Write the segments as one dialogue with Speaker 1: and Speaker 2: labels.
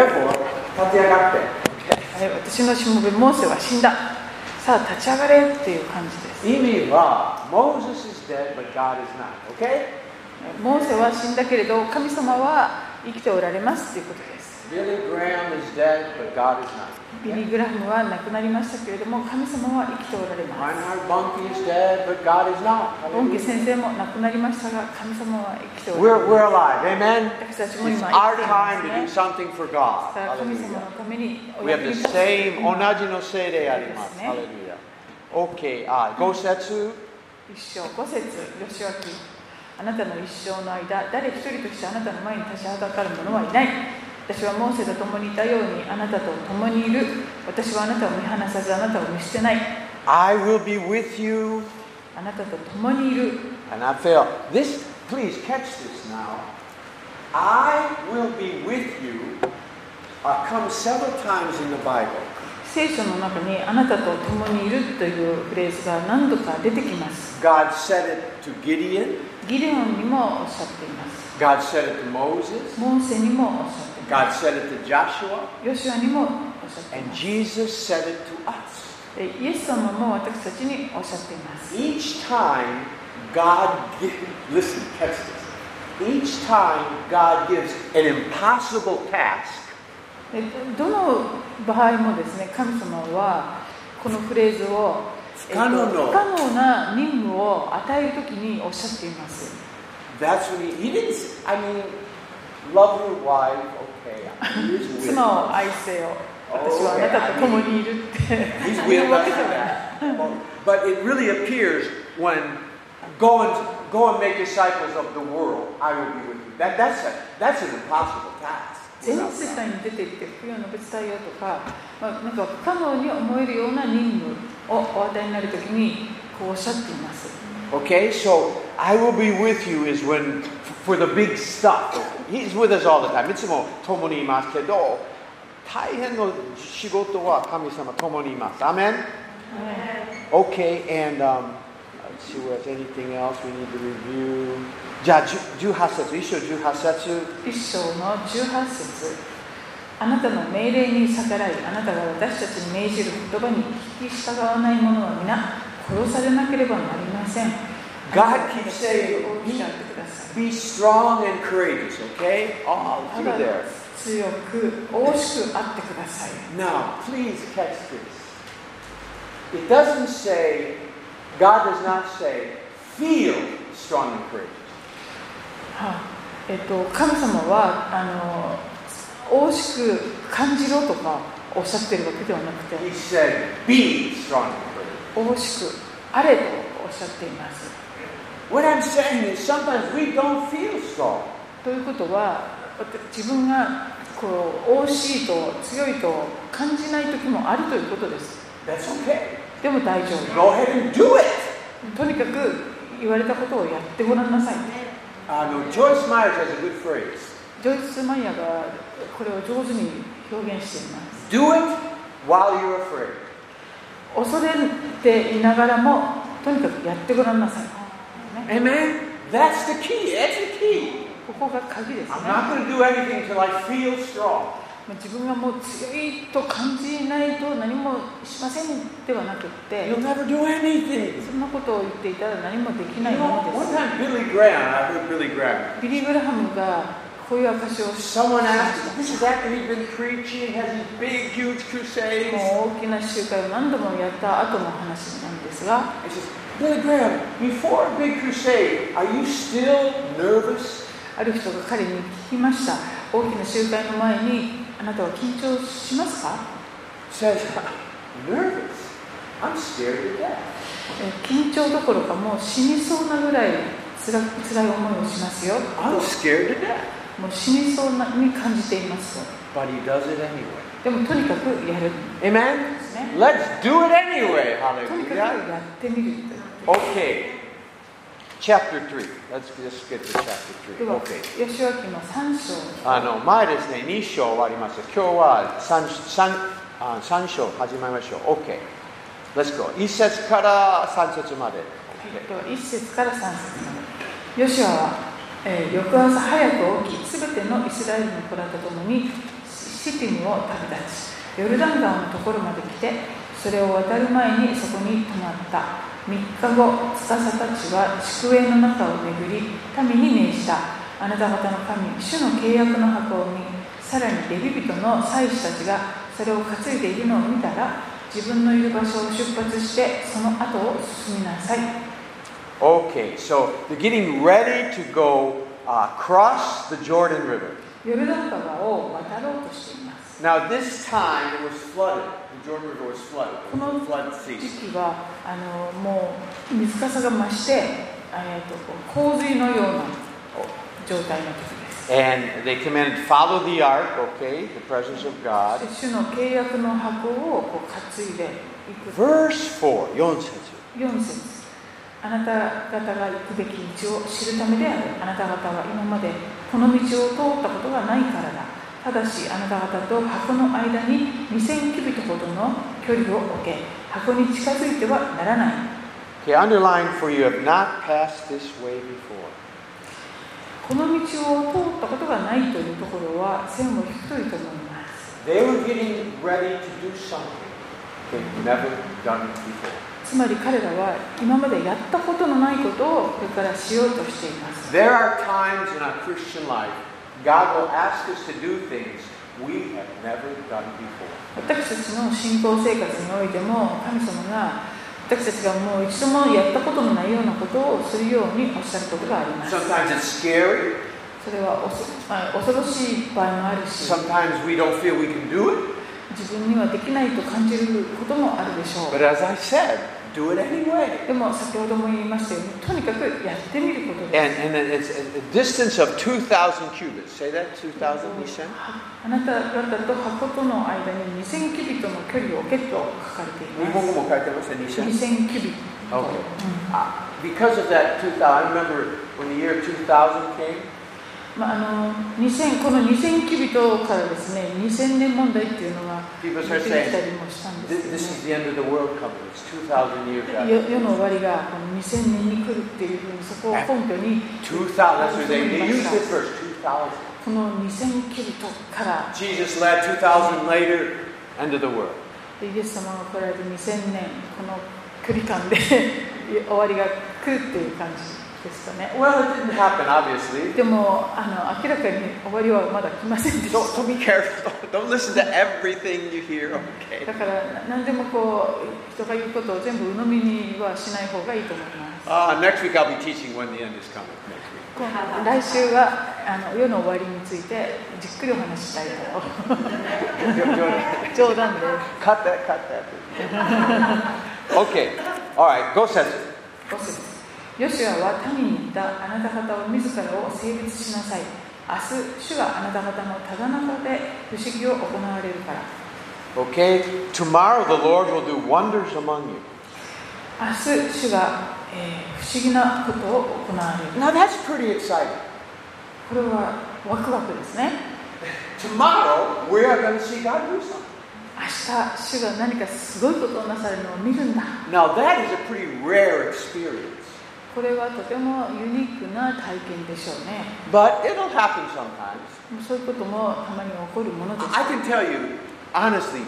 Speaker 1: 立ち上がって
Speaker 2: あれ私のしもべモーセは死んださあ立ち上がれっていう感じです
Speaker 1: Emilah, Moses is dead, but God is not. Okay?
Speaker 2: モーセは死んだけれど神様は生きておられますということです
Speaker 1: Billy Graham is dead, but God is not.
Speaker 2: ビリー・グラハムは亡くなりましたけれども神様は生きておられます
Speaker 1: Reinhard Bunke is dead, but God is not.
Speaker 2: ボンケ先生も亡くなりましたが神様は生きておられ
Speaker 1: We're, we're alive. Amen?
Speaker 2: ます私たちも
Speaker 1: It's
Speaker 2: 今
Speaker 1: our
Speaker 2: 生きていま
Speaker 1: time
Speaker 2: す
Speaker 1: to do
Speaker 2: ね
Speaker 1: something for God.
Speaker 2: さあ神様の
Speaker 1: Hallelujah.
Speaker 2: ために
Speaker 1: We have
Speaker 2: に
Speaker 1: the
Speaker 2: 立つ
Speaker 1: same, 同じのせいでやります。
Speaker 2: ですね。
Speaker 1: Hallelujah. Okay, uh, go setsu.
Speaker 2: 一章五節吉脇あなたの一生の間誰一人としてあなたの前に立ちはだかる者はいない私はモーセと共にいたようにあなたと共にいる私はあなたを見放さずあなたを見捨てない
Speaker 1: I will be with you
Speaker 2: あなたと共にいる
Speaker 1: and I fail. This, please catch this now. I will be with you uh, comes several times in the Bible.
Speaker 2: 聖書の中にあなたと共にいるというフレーズが何度か出てきます
Speaker 1: God said it to Gideon.
Speaker 2: ギデオンにもおっしゃっています
Speaker 1: God said it to Moses.
Speaker 2: モーセにもおっしゃっていま
Speaker 1: God said it to Joshua.
Speaker 2: すヨシュアにもおっしゃってい
Speaker 1: And
Speaker 2: ます
Speaker 1: Jesus said it to us.
Speaker 2: でイエス様も私たちにおっしゃっています
Speaker 1: Each time God gives, listen, catch this. Each time God gives an impossible task,
Speaker 2: でどの場合もですね神様はこのフレーズを
Speaker 1: 不可能の
Speaker 2: えっと不可能な任務を与えるときにおっしゃっています
Speaker 1: that's when He, he didn't, s- I mean, love your wife, okay. He's with
Speaker 2: 妻を
Speaker 1: us.
Speaker 2: 愛せよ私はあなたと共にいるって
Speaker 1: He's
Speaker 2: 言
Speaker 1: with
Speaker 2: うわけじゃない
Speaker 1: us. But it really appears when go and, go and make disciples of the world, I will be with you. That, that's, a, that's an impossible task.
Speaker 2: 全世界に出ていって不要の別対応とか、まあ、なんか不可能に思えるような任務をお与えになるときにこうおっしゃっています
Speaker 1: Okay, so I will be with you is when for the big stuff. He's with us all the time. いつも共にいますけど、大変の仕事は神様共にいます。Amen?
Speaker 2: はい
Speaker 1: Okay, and um, let's see what's anything else we need to review. じゃあ、じゅ18節、一章18節。
Speaker 2: 一章の18節あなたの命令に逆らいあなたが私たちに命じる言葉に聞き従わない者は皆殺されなければなりません
Speaker 1: God keeps
Speaker 2: お
Speaker 1: saying,
Speaker 2: っしゃってください
Speaker 1: be strong and courageous, okay? All
Speaker 2: た
Speaker 1: through
Speaker 2: だ
Speaker 1: there.
Speaker 2: 強く大しくあってください
Speaker 1: Now, please catch this. It doesn't say, God does not say, feel strong and courageous.
Speaker 2: はいえっと、神様はあの大しく感じろとかおっしゃってるわけではなくて
Speaker 1: He said, be strong and courageous.
Speaker 2: 大しくあれとおっしゃっています
Speaker 1: What I'm saying is sometimes we don't feel strong.
Speaker 2: ということは自分がこう惜しいと強いと感じない時もあるということです
Speaker 1: That's okay.
Speaker 2: でも大丈
Speaker 1: Go ahead and do it.
Speaker 2: 夫とにかく言われたことをやってごらんなさい
Speaker 1: I know Uh, Joyce Myers has a good phrase.
Speaker 2: ジョイス・マイヤーがこれを上手に表現しています
Speaker 1: Do it while you're afraid.
Speaker 2: 恐れていながらもとにかくやってごらんなさい、ね
Speaker 1: Amen. That's the key. That's the key.
Speaker 2: ここが鍵ですね
Speaker 1: I'm not going to do anything until I feel strong.
Speaker 2: まあ自分がもう強いと感じないと何もしませんではなくって
Speaker 1: You'll never do anything.
Speaker 2: そんなことを言っていたら何もでき
Speaker 1: You
Speaker 2: ない
Speaker 1: know,
Speaker 2: ものです
Speaker 1: one time Billy Graham, I heard Billy Graham.
Speaker 2: ビリー・グラハムがこういう証をし
Speaker 1: Someone asked, him, this is after he'd been preaching, has these big, huge crusades.
Speaker 2: もう大きな集会を何度もやった後の話なんですが
Speaker 1: He says, Billy Graham, before a big crusade, are you still nervous?
Speaker 2: ある人が彼に聞きました大きな集会の前にあなたは緊張しますか
Speaker 1: Says, nervous? I'm scared to death.
Speaker 2: え緊張どころかもう死にそうなぐらいつら辛い思いをしますよ
Speaker 1: I'm scared to death.
Speaker 2: もう死にそうなに感じていますと
Speaker 1: But he does it anyway.
Speaker 2: でもとにかくやるん
Speaker 1: Amen?
Speaker 2: ですね
Speaker 1: Let's do it anyway.
Speaker 2: とにか
Speaker 1: Hallelujah.
Speaker 2: くやってみるという
Speaker 1: Okay. Chapter 3. Let's just get to chapter 3.
Speaker 2: では
Speaker 1: Okay.
Speaker 2: 吉脇の3章
Speaker 1: あの前ですね、2章終わりました。今日は 3, 3, あ3章始めましょう。OK。Let's go。1節から3節まで。
Speaker 2: えっと1節から3節までヨシュアは、えー翌朝早く起きすべてのイスラエルの子らと共にシシシティムを旅立ちヨルダン川のところまで来てそれを渡る前にそこに泊まった3日後司たちは宿営の中を巡り民に命じたあなた方の神主の契約の箱を見さらにレビ人の祭司たちがそれを担いでいるのを見たら自分のいる場所を出発してその後を進みなさい
Speaker 1: Okay, so they're getting ready to go uh, cross the Jordan River.
Speaker 2: ヨルダン川を渡ろうとしています
Speaker 1: Now, this time it was flooded. The Jordan River was flooded. It was a flood
Speaker 2: 時
Speaker 1: season.
Speaker 2: 期はあのもう水かさが増して、えー、とこう洪水のような状態の時です
Speaker 1: And they commanded, follow the ark, okay, the presence of God.
Speaker 2: 主の契約の箱をこう担いでいく
Speaker 1: Verse 4, 4節
Speaker 2: 4節あなた方が行くべき道を知るためであるあなた方は今までこの道を通ったことがないからだただしあなた方と箱の間に2000キビトほどの距離を置け箱に近づいてはならない
Speaker 1: Okay, underline for you have not passed this way before.
Speaker 2: この道を通ったことがないというところは線を引くといいと思います
Speaker 1: They were getting ready to do something they've never done before.
Speaker 2: つまり彼らは今までやったことのないことをこれからしようとしています
Speaker 1: There are times in our Christian life God will ask us to do things we have never done before.
Speaker 2: 私たちの信仰生活においても神様が私たちがもう一度もやったことのないようなことをするようにおっしゃることがあります
Speaker 1: Sometimes it's scary.
Speaker 2: それはおそあ恐ろしい場合もあるし
Speaker 1: Sometimes we don't feel we can do it.
Speaker 2: 自分にはできないと感じることもあるでしょ
Speaker 1: But as I said, do it anyway.
Speaker 2: うでも先ほども言いましたようにとにかくやってみることです
Speaker 1: And, and it's a distance of 2,000 cubits. Say that, 2,000 percent.
Speaker 2: あなた方と箱との間に2000キビットの距離を置けと書かれています2000キビット、
Speaker 1: Okay. Uh,
Speaker 2: うん
Speaker 1: Because of that 2,000, I remember when the year 2000 came,
Speaker 2: まあ、あの2000この2000キビトからですね2000年問題っていうのが
Speaker 1: people
Speaker 2: 出て
Speaker 1: started
Speaker 2: き
Speaker 1: saying,
Speaker 2: たりもしたん
Speaker 1: this, this
Speaker 2: です
Speaker 1: is the end of the world coming. It's 2,000 years
Speaker 2: けど、ね、よ
Speaker 1: after.
Speaker 2: 世の終わりがこの2000年に来るっていうふうにそこを根拠に
Speaker 1: 2,000, that's what they, they used it first, 2,000.
Speaker 2: この2000キビトから
Speaker 1: Jesus led 2,000 later, end of the world.
Speaker 2: でイエス様が来られて2000年この距離感で 終わりが来るっていう感じですかね
Speaker 1: Well, it didn't happen, obviously.
Speaker 2: でもあの明らかに終わりはまだ来ませんでした
Speaker 1: So, so be careful. Don't listen to everything you hear, okay?
Speaker 2: だから何でもこう人が言うことを全部鵜呑みにはしない方がいいと思います
Speaker 1: Uh, next week I'll be teaching when the end is coming next week.
Speaker 2: 今度来週はあの世の終わりについてじっくりお話ししたいと 冗談で
Speaker 1: Cut that, cut that. okay. All right. Go, Sensei.
Speaker 2: 5節ヨシュアは民に言ったあなた方を自らを性別しなさい明日主があなた方のただ中で不思議を行われるから
Speaker 1: Okay. Tomorrow the Lord will do wonders among you.
Speaker 2: 明日主が、えー不思議なことを行われる
Speaker 1: Now that's pretty exciting.
Speaker 2: これはワクワクですね
Speaker 1: Tomorrow we are going to see God do something.
Speaker 2: 明日主が何かすごいことをなされるのを見るんだ
Speaker 1: Now that is a pretty rare experience,
Speaker 2: これはとてもユニークな体験でしょうね
Speaker 1: but it'll happen sometimes.
Speaker 2: そういうこともたまに起こるものです
Speaker 1: I can tell you honestly,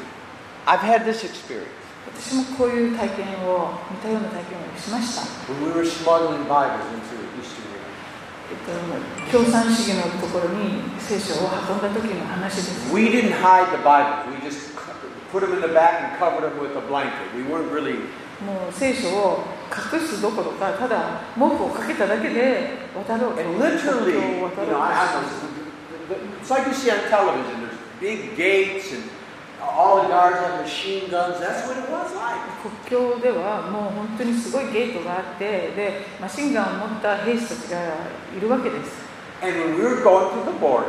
Speaker 1: I've had this experience
Speaker 2: 私もこういう体験を似たような体験をしました、
Speaker 1: when we were smuggling Bibles into Eastern Europe.
Speaker 2: えっと、共産主義のところに聖書を運んだ時の話です
Speaker 1: We didn't hide the Bibles. We just co- put them in the back and covered them with a blanket. We weren't really
Speaker 2: もう聖書を隠すどころかただ文句をかけただけで渡ろうと
Speaker 1: And literally,
Speaker 2: 国
Speaker 1: you
Speaker 2: 境を渡
Speaker 1: know,
Speaker 2: ろ
Speaker 1: I,
Speaker 2: うと
Speaker 1: I was, it's like you see on television. There's big gates and all the guards have machine guns. That's what it was like.
Speaker 2: 国境ではもう本当にすごいゲートがあってでマシンガンを持った兵士たちがいるわけです
Speaker 1: And when we were going through the border,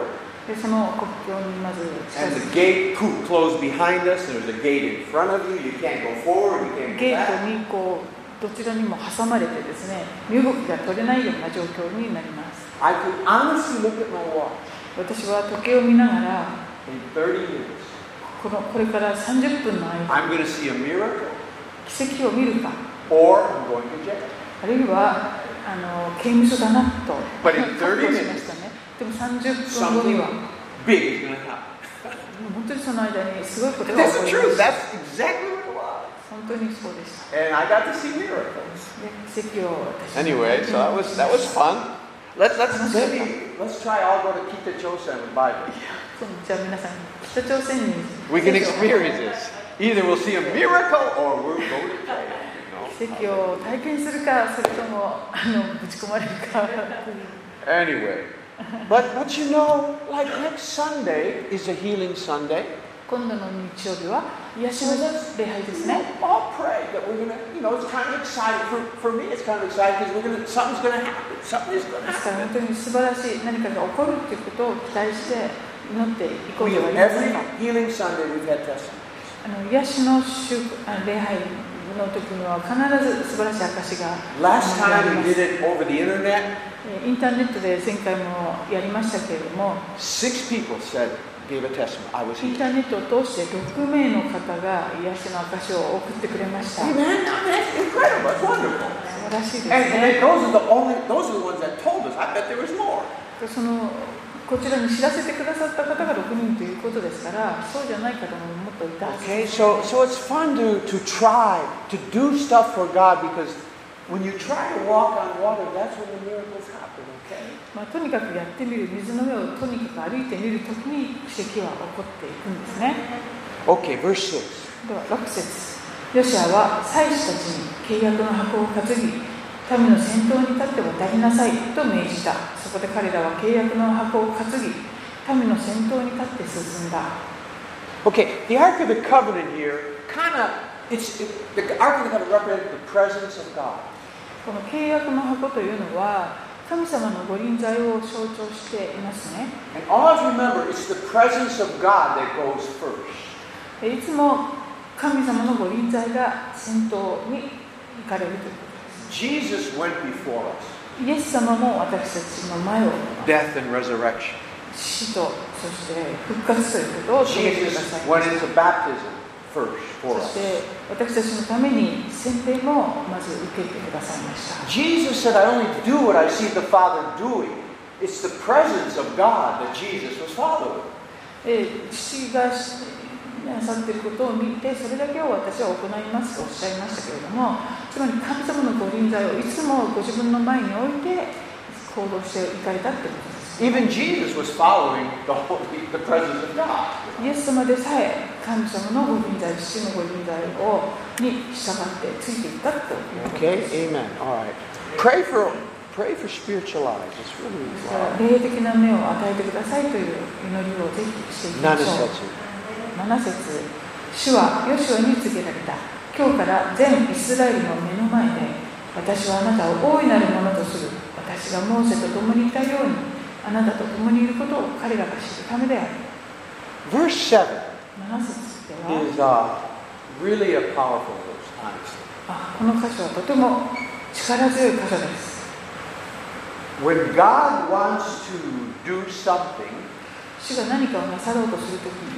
Speaker 2: でその国境にまず近
Speaker 1: and
Speaker 2: づ
Speaker 1: the
Speaker 2: く
Speaker 1: gate coo- closed behind us, and there's a gate in front of you. You can't go forward. You can't go
Speaker 2: ゲー
Speaker 1: back.
Speaker 2: トにこうどちらにも挟まれてですね身動きが取れないような状況になります
Speaker 1: I could honestly look at my watch
Speaker 2: 私は時計を見ながら
Speaker 1: in 30 years.
Speaker 2: このこれから30分の間
Speaker 1: I'm going to see a miracle,
Speaker 2: 奇跡を見るか
Speaker 1: or I'm going to jail.
Speaker 2: あるいはあの刑務所だなと
Speaker 1: But in
Speaker 2: 覚悟しましたねでも30分後には
Speaker 1: Something big is going to happen.
Speaker 2: もう本当にその間にすごいことが
Speaker 3: That's
Speaker 2: 起こり
Speaker 3: the truth.
Speaker 2: ました
Speaker 3: That's exactly what it was.
Speaker 2: 本当にそうでした
Speaker 3: And I got to see miracles.
Speaker 2: で奇跡を私は
Speaker 1: Anyway, so that was that was fun. Let's let's
Speaker 3: Maybe let's try all go to Kita Chosen with Bible.
Speaker 2: じゃあ皆さん北朝鮮に
Speaker 1: we can experience this. Either we'll see a miracle or we'll go to jail. you know.
Speaker 2: 奇跡を体験するかそれともあのぶち込まれるか
Speaker 1: Anyway, but but you know, like next Sunday is a healing Sunday.
Speaker 2: 今度の日曜日は癒しの礼拝ですね
Speaker 3: All pray that we're gonna, you know, it's kind of exciting for, for me. It's kind of exciting because we're gonna, something's gonna happen. Something is gonna
Speaker 2: ですから本
Speaker 3: happen.
Speaker 2: 当に素晴らしい何かが起こるっていうことを期待して祈っていこう
Speaker 3: We
Speaker 2: ではあ
Speaker 3: have
Speaker 2: りませんか
Speaker 3: every healing Sunday we've had testimony.
Speaker 2: あの癒しの祝あ礼拝の時には必ず素晴らしい証しが
Speaker 3: Last
Speaker 2: あり
Speaker 3: time
Speaker 2: ま
Speaker 3: we
Speaker 2: す
Speaker 3: did it over the internet,
Speaker 2: えインターネットで前回もやりましたけれども
Speaker 1: Six people said gave a testimony. I was
Speaker 2: イン
Speaker 1: healed.
Speaker 2: ターネットを通して6名の方が癒しの証しを送ってくれました
Speaker 3: hey
Speaker 2: 素
Speaker 3: man, I mean, that's incredible. It's wonderful.
Speaker 2: 晴らしいです
Speaker 3: And, and
Speaker 2: ね
Speaker 3: then those are the only, those are the ones that told us. I bet there was more.
Speaker 2: そのこちらに知らせてくださった方が6人ということですからそうじゃない方ももっといたはず
Speaker 1: Okay, so so it's fun to to try to do stuff for God because when you try to walk on water, that's when the miracles happen. Okay.
Speaker 2: まあ、とにかくやってみる水の上をとにかく歩いてみるときに奇跡は起こっていくんですね
Speaker 1: Okay, verse six.
Speaker 2: では6節ヨシアは祭司たちに契約の箱を担ぎ民の先頭に立って渡りなさいと命じたそこで彼らは契約の箱を担ぎ民の先頭に立って進んだ
Speaker 1: Okay, the Ark of the Covenant here kind of it's it, the Ark of the Covenant represented the presence of God.
Speaker 2: この契約の箱というのは神様の御臨在を象徴していますね
Speaker 1: And always remember, it's the presence of God that goes first.
Speaker 2: でいつも神様の御臨在が先頭に行かれるという
Speaker 1: Jesus went before us.
Speaker 2: イエス様も私たちの前を
Speaker 1: Death and resurrection.
Speaker 2: 死とそして復活ということを告げてくだ
Speaker 1: Jesus
Speaker 2: さい
Speaker 1: went into baptism first
Speaker 2: そ
Speaker 1: for
Speaker 2: し
Speaker 1: us.
Speaker 2: て私たちのために洗礼もまず受けてくださいました
Speaker 1: Jesus said, I only do what I see the Father doing. It's the presence of God that Jesus was following.
Speaker 2: で父がしなさっていることを見てそれだけを私は行いますとおっしゃいましたけれどもつまり神様のご臨在をいつもご自分の前に置いて行動していかれたってことです
Speaker 1: Even Jesus was following the, holy, the presence of God.
Speaker 2: イエス様でさえ神様のご臨在父のご臨在をに従ってついていったということです
Speaker 1: amen. All right. Pray for pray for spiritual eyes. It's really
Speaker 2: 霊的な目を与えてくださいという祈りをぜひしていきましょう
Speaker 1: Nanasetsu.
Speaker 2: 7節主はヨシュアに告げられた今日から全イスラエルの目の前で私はあなたを大いなるものとする私がモーセと共にいたようにあなたと共にいることを彼らが知るためである
Speaker 1: Verse 7
Speaker 2: 7節では
Speaker 1: is uh, really a powerful verse, honestly.
Speaker 2: あこの箇所はとても力強い箇所です
Speaker 1: When God wants to do something
Speaker 2: 主が何かをなさろうとするときに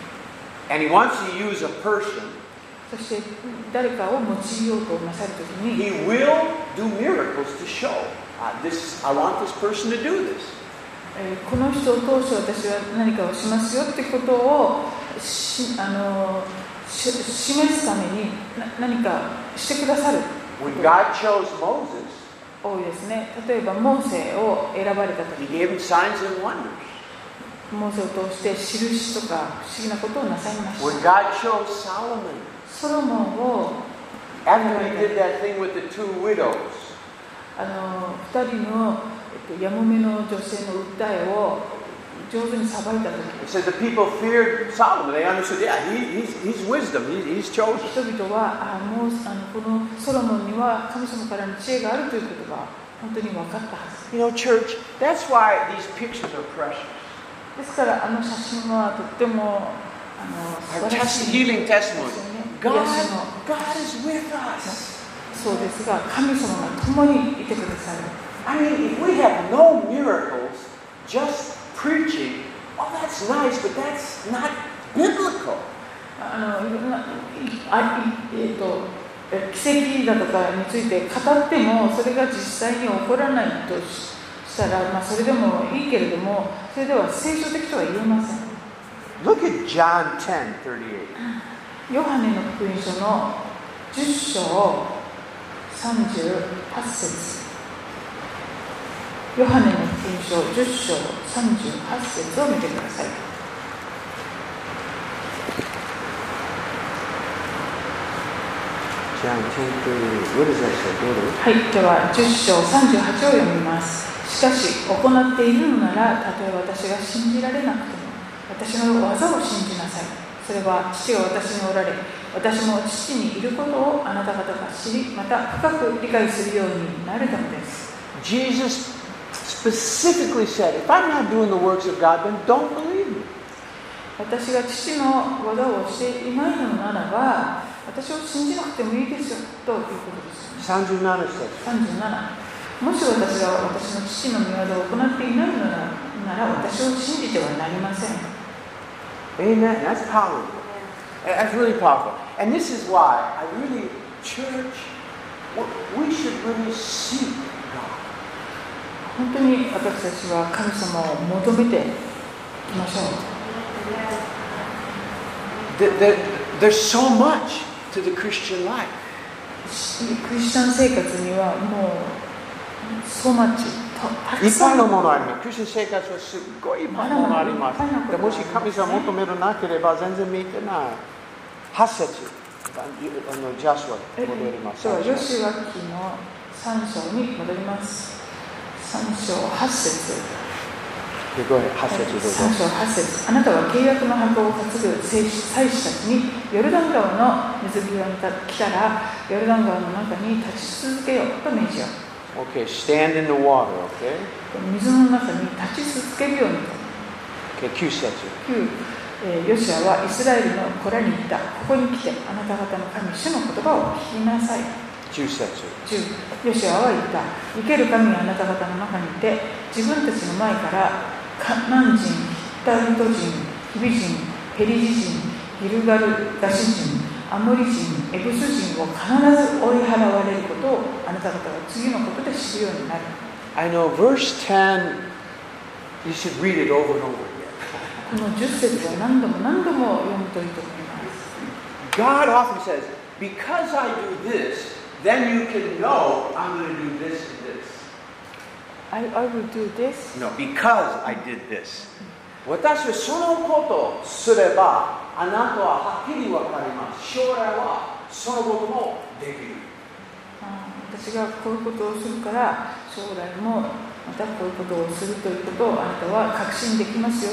Speaker 1: and He wants to use a person,
Speaker 2: そして誰かを用いようとなさるときに
Speaker 1: He will do miracles to show uh, this. I want this person to do this.
Speaker 2: えーこの人を通して私は何かをしますよってことをしあのし示すためにな何かしてくださる
Speaker 1: When God chose Moses,
Speaker 2: 多いですね例えばモーセを選ばれた
Speaker 1: He
Speaker 2: 時
Speaker 1: gave him signs and wonders.
Speaker 2: モーセを通して印とか不思議なことをなさいま
Speaker 1: When
Speaker 2: した
Speaker 1: God chose Solomon,
Speaker 2: ソロモンを
Speaker 1: after He did that thing with the two widows,
Speaker 2: あの2人の、えっと、やもめの女性の訴えを上手にさばいた時
Speaker 1: it says the people feared Solomon. They understood, yeah, he, he's, he's wisdom. He, he's chosen.
Speaker 2: 人々はあもうあのこのソロモンには神様からの知恵があるということが本当に分かったはず
Speaker 1: You know, church, that's why these pictures are precious.
Speaker 2: ですからあの写真はとってもあの
Speaker 1: Our
Speaker 2: 素晴ら
Speaker 1: test
Speaker 2: しい
Speaker 1: healing testimony.
Speaker 2: 癒
Speaker 1: God,
Speaker 2: しの
Speaker 1: God is with us.
Speaker 2: そうですが神様が共にいてくださる
Speaker 1: I mean, if we have no miracles, just preaching, oh, that's nice, but that's not biblical.
Speaker 2: あのいろんないあいえっとえ奇跡だとかについて語ってもそれが実際に起こらないとししたら、まあ、それでもいいけれどもそれでは聖書的とは言えません
Speaker 4: Look at John 10 38.
Speaker 2: ヨハネの福音書の10章38節ヨハネの福音書10章38節を見てください
Speaker 4: John 10 38. What does that say? Go to it.
Speaker 2: はい、では10章38を読みます。しかし、行っているのなら、たとえ私が信じられなくても、私の技を信じなさい。それは父が私におられ、私も父にいることをあなた方が知り、また深く理解するようになるためです。
Speaker 1: Jesus specifically said, if I'm not doing the works of God, then don't believe me.
Speaker 2: 私が父の技をしていないのならば、私を信じなくてもいいですよということです。
Speaker 4: 37 says,
Speaker 2: 37もし私が私の父の御業を行っていないのならなら私を信じてはなりません
Speaker 4: Amen. That's powerful.
Speaker 1: And That's really powerful. And this is why I really, church, we- we should really seek God.
Speaker 2: 本当に私たちは神様を求めていきましょう
Speaker 1: There- there- there's so much to the Christian life.
Speaker 2: しクリスチャン生活にはもうそうまちたたく
Speaker 4: いっ
Speaker 2: さ
Speaker 4: ぱい
Speaker 2: ん
Speaker 4: の
Speaker 2: の
Speaker 4: ものあります。クリスチャン生活はすっごいいっぱいのものあります。
Speaker 2: いっぱいのこと
Speaker 4: でもし神様求めるなければ全然見てない。8節あのジャス
Speaker 2: え
Speaker 4: は戻ります。
Speaker 2: ではヨシュア記の3章に戻ります3章8節
Speaker 4: You go ahead. 8節どう
Speaker 2: 3章
Speaker 4: ぞ。
Speaker 2: 8節あなたは契約の箱を担ぐ祭司祭司たちにヨルダン川の水際に来たらヨルダン川の中に立ち続けよと命じよ
Speaker 4: Okay, stand in the water, okay?
Speaker 2: 水の中に立ち続けるようにと
Speaker 4: okay 9節
Speaker 2: 旧、えーヨシアはイスラエルの子らに言ったここに来てあなた方の神主の言葉を聞きなさい
Speaker 4: 10節
Speaker 2: 10ヨシアは言った生ける神があなた方の中にいて自分たちの前からカナン人ヒッタルト人ヒビ人ペリジ人ギルガルガシ人アモリ人エブス人を必ず追い払われることをあなた方が次のことで知るようになる
Speaker 4: I know verse 10, you should read it over and over again.
Speaker 2: この10節は何度も何度も読むといいと思います
Speaker 1: God often says, because I do this, then you can know I'm going to do this and this.
Speaker 2: I, I will do this
Speaker 1: No, because I did this. 私はそのことをすれば、あなたははっきりわかります。将来はそのこともできる。
Speaker 2: あー私がこういうことをするから将来もまたこういうことをするということをあなたは確信できますよ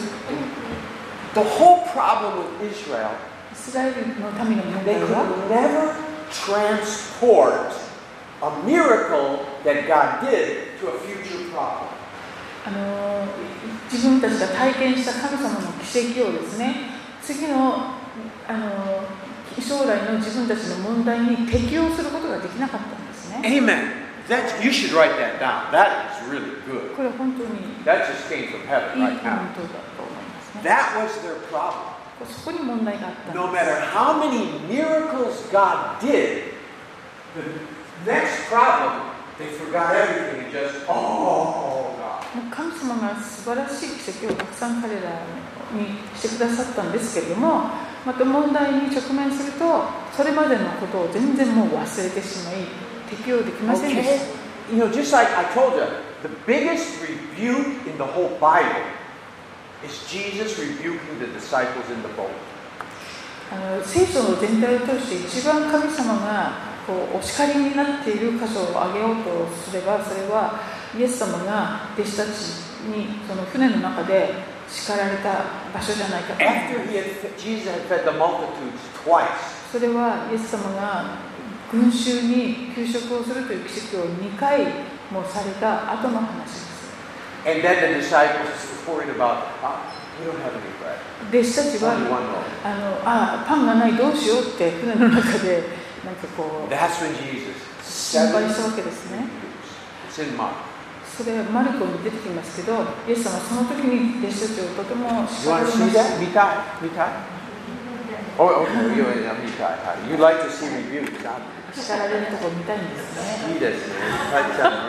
Speaker 1: The whole problem with Israel,
Speaker 2: イスラエルの民の
Speaker 1: they
Speaker 2: 問題
Speaker 1: could
Speaker 2: は
Speaker 1: never transport a miracle that God did to a future problem.
Speaker 2: あのー自分たちが体験した神様の奇跡をですね次の、あのー将来の自分たちの問題に適応することができなかったんですね
Speaker 1: Amen. That's, you should write that down. That is really good.
Speaker 2: これは本当にいい
Speaker 1: That just came from
Speaker 2: ポ
Speaker 1: heaven
Speaker 2: イン
Speaker 1: right
Speaker 2: ト
Speaker 1: now.
Speaker 2: だと思いますね
Speaker 1: That was their problem.
Speaker 2: そこに問題があったんです
Speaker 1: No matter how many miracles God did, the next problem, they forgot everything and just, oh, God.
Speaker 2: もう神様が素晴らしい奇跡をたくさん彼らにしてくださったんですけれどもまた問題に直面するとそれまでのことを全然もう忘れてしまい適応できませんでし
Speaker 1: Okay?
Speaker 2: た
Speaker 1: You know, just like I told you, the biggest rebuke in the whole Bible is Jesus rebuking the disciples in the boat.
Speaker 2: あの聖書の全体を通して一番神様がこうお叱りになっている箇所を挙げようとすればそれはイエス様が弟子たちにその船の中で叱られた場所じゃないかと
Speaker 1: After he had, Jesus had fed the multitudes twice,
Speaker 2: それはイエス様が群衆に給食をするという奇跡を2回もされた後の話です
Speaker 1: and then the disciples were worried about, "Ah, we don't have any bread.
Speaker 2: 弟子たち
Speaker 1: There's
Speaker 2: は
Speaker 1: only one loaf.
Speaker 2: あのあパンがないどうしようって船の中でなんかこう
Speaker 1: That's when Jesus
Speaker 2: 心配したわ
Speaker 1: seven
Speaker 2: けですね
Speaker 1: It's in Mark.
Speaker 2: それマルコに出てきますけどイエス様はその時に弟子たちをとても
Speaker 1: You
Speaker 2: 叱られ
Speaker 1: want
Speaker 2: ま
Speaker 1: to see
Speaker 2: した
Speaker 1: that? Mitai? Mitai? Oh, okay. You, yeah, Mitai. Hari. You like to see reviews, not
Speaker 2: 叱られるとこ見たいんですね
Speaker 1: see this. Mitai-san,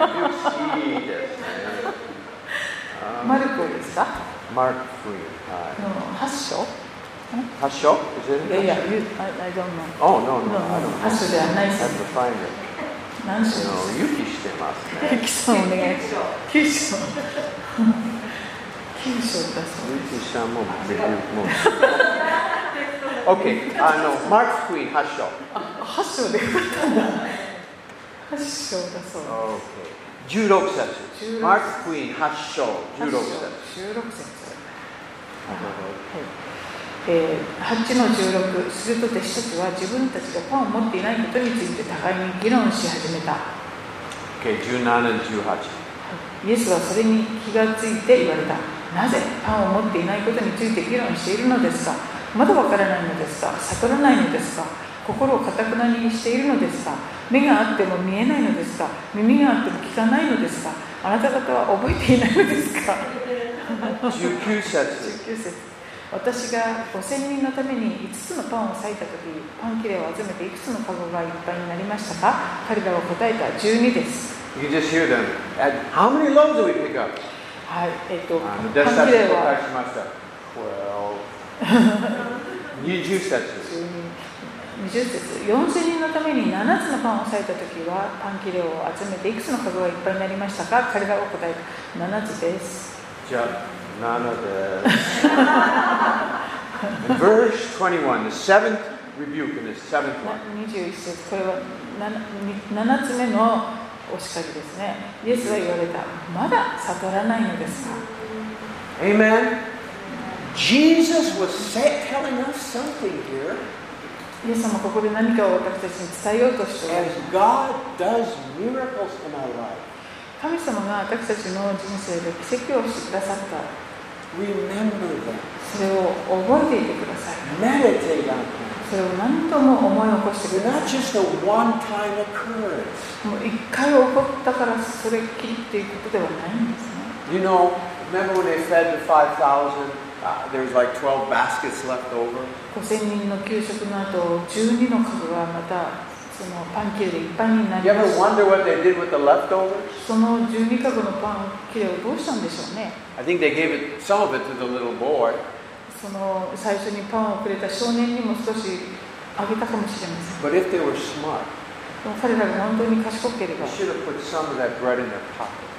Speaker 1: reviews, see this. Um,
Speaker 2: マルコですか
Speaker 1: Mark 3.
Speaker 2: あの8章
Speaker 1: Hi. 発祥 Is it?
Speaker 2: いやいや、you- I, I don't know.
Speaker 1: Oh, no, no,
Speaker 2: No,
Speaker 1: I don't
Speaker 2: no,
Speaker 1: know.
Speaker 2: 発祥ではない
Speaker 1: I
Speaker 2: で
Speaker 1: have
Speaker 2: す。
Speaker 1: to find it.
Speaker 2: 何
Speaker 1: No,
Speaker 2: 章です
Speaker 1: ユキしてます
Speaker 2: か
Speaker 1: ね。
Speaker 2: キさんお願いします。九章。九章だそう
Speaker 1: ユキさんも、別にもう。OK、あの、マーク・クイーン発祥。
Speaker 2: 八章でよかったんだ。八章だそう。
Speaker 1: 16節。
Speaker 2: 16
Speaker 1: マーク・クイーン発祥、16節。
Speaker 2: 十六節。はいえー8の16すると弟子たちは自分たちがパンを持っていないことについて互いに議論し始めた
Speaker 1: OK、17、18。
Speaker 2: イエスはそれに気がついて言われたなぜパンを持っていないことについて議論しているのですかまだわからないのですか悟らないのですか心をかたくなにしているのですか目があっても見えないのですか耳があっても聞かないのですかあなた方は覚えていないのですか
Speaker 1: 19節
Speaker 2: 19節私が5000人のために5つのパンを裂いた時パン切れを集めていくつのカゴがいっぱいになりましたか彼らは答えた12です
Speaker 1: You can just hear them. And how many loaves do we pick up?
Speaker 2: はいえっ、と
Speaker 1: あの弟子
Speaker 2: パ
Speaker 1: た
Speaker 2: ン
Speaker 1: ち
Speaker 2: 切
Speaker 1: に紹
Speaker 2: れ
Speaker 1: 介
Speaker 2: は
Speaker 1: しました。12 20節。
Speaker 2: 12 20節4000人のために7つのパンを裂いた時はパン切れを集めていくつのカゴがいっぱいになりましたか彼らは答えた7つです
Speaker 1: じゃあ、7です。In verse 21, the seventh rebuke in the seventh
Speaker 2: な
Speaker 1: one.
Speaker 2: 21節これは 7, 7つ目のお叱りですねイエスは言われたまだ悟らないのですか
Speaker 1: Amen.
Speaker 3: Jesus was sa- telling us something here,
Speaker 2: イエス様ここで何かを私たちに伝えようとしておられる
Speaker 3: as God does miracles in our life.
Speaker 2: 神様が私たちの人生で奇跡をしてくださった
Speaker 3: Remember them.
Speaker 2: それを覚えていてください
Speaker 3: Meditate on them.
Speaker 2: それを何度も思い起こして
Speaker 3: It's
Speaker 2: くださ
Speaker 3: not just a one-time occurrence.
Speaker 2: いもう一回起こったからそれっきりっていうことではないんですね
Speaker 1: You know, remember when they fed the 5,000? Uh, there was like 12 baskets left over.
Speaker 2: 5000人の給食の後12の数がまたそのパン切れでいっぱいにな
Speaker 1: You
Speaker 2: りま
Speaker 1: ever
Speaker 2: した
Speaker 1: wonder what they did with the leftovers?
Speaker 2: その12かごのパン切れをどうしたんでしょうね
Speaker 1: I think they gave it some of it to the little boy.
Speaker 2: その最初にパンをくれた少年にも少しあげたかもしれません
Speaker 1: But if they were smart,
Speaker 2: でも彼らが本当に賢ければ
Speaker 1: they should have put some of that bread in their pocket.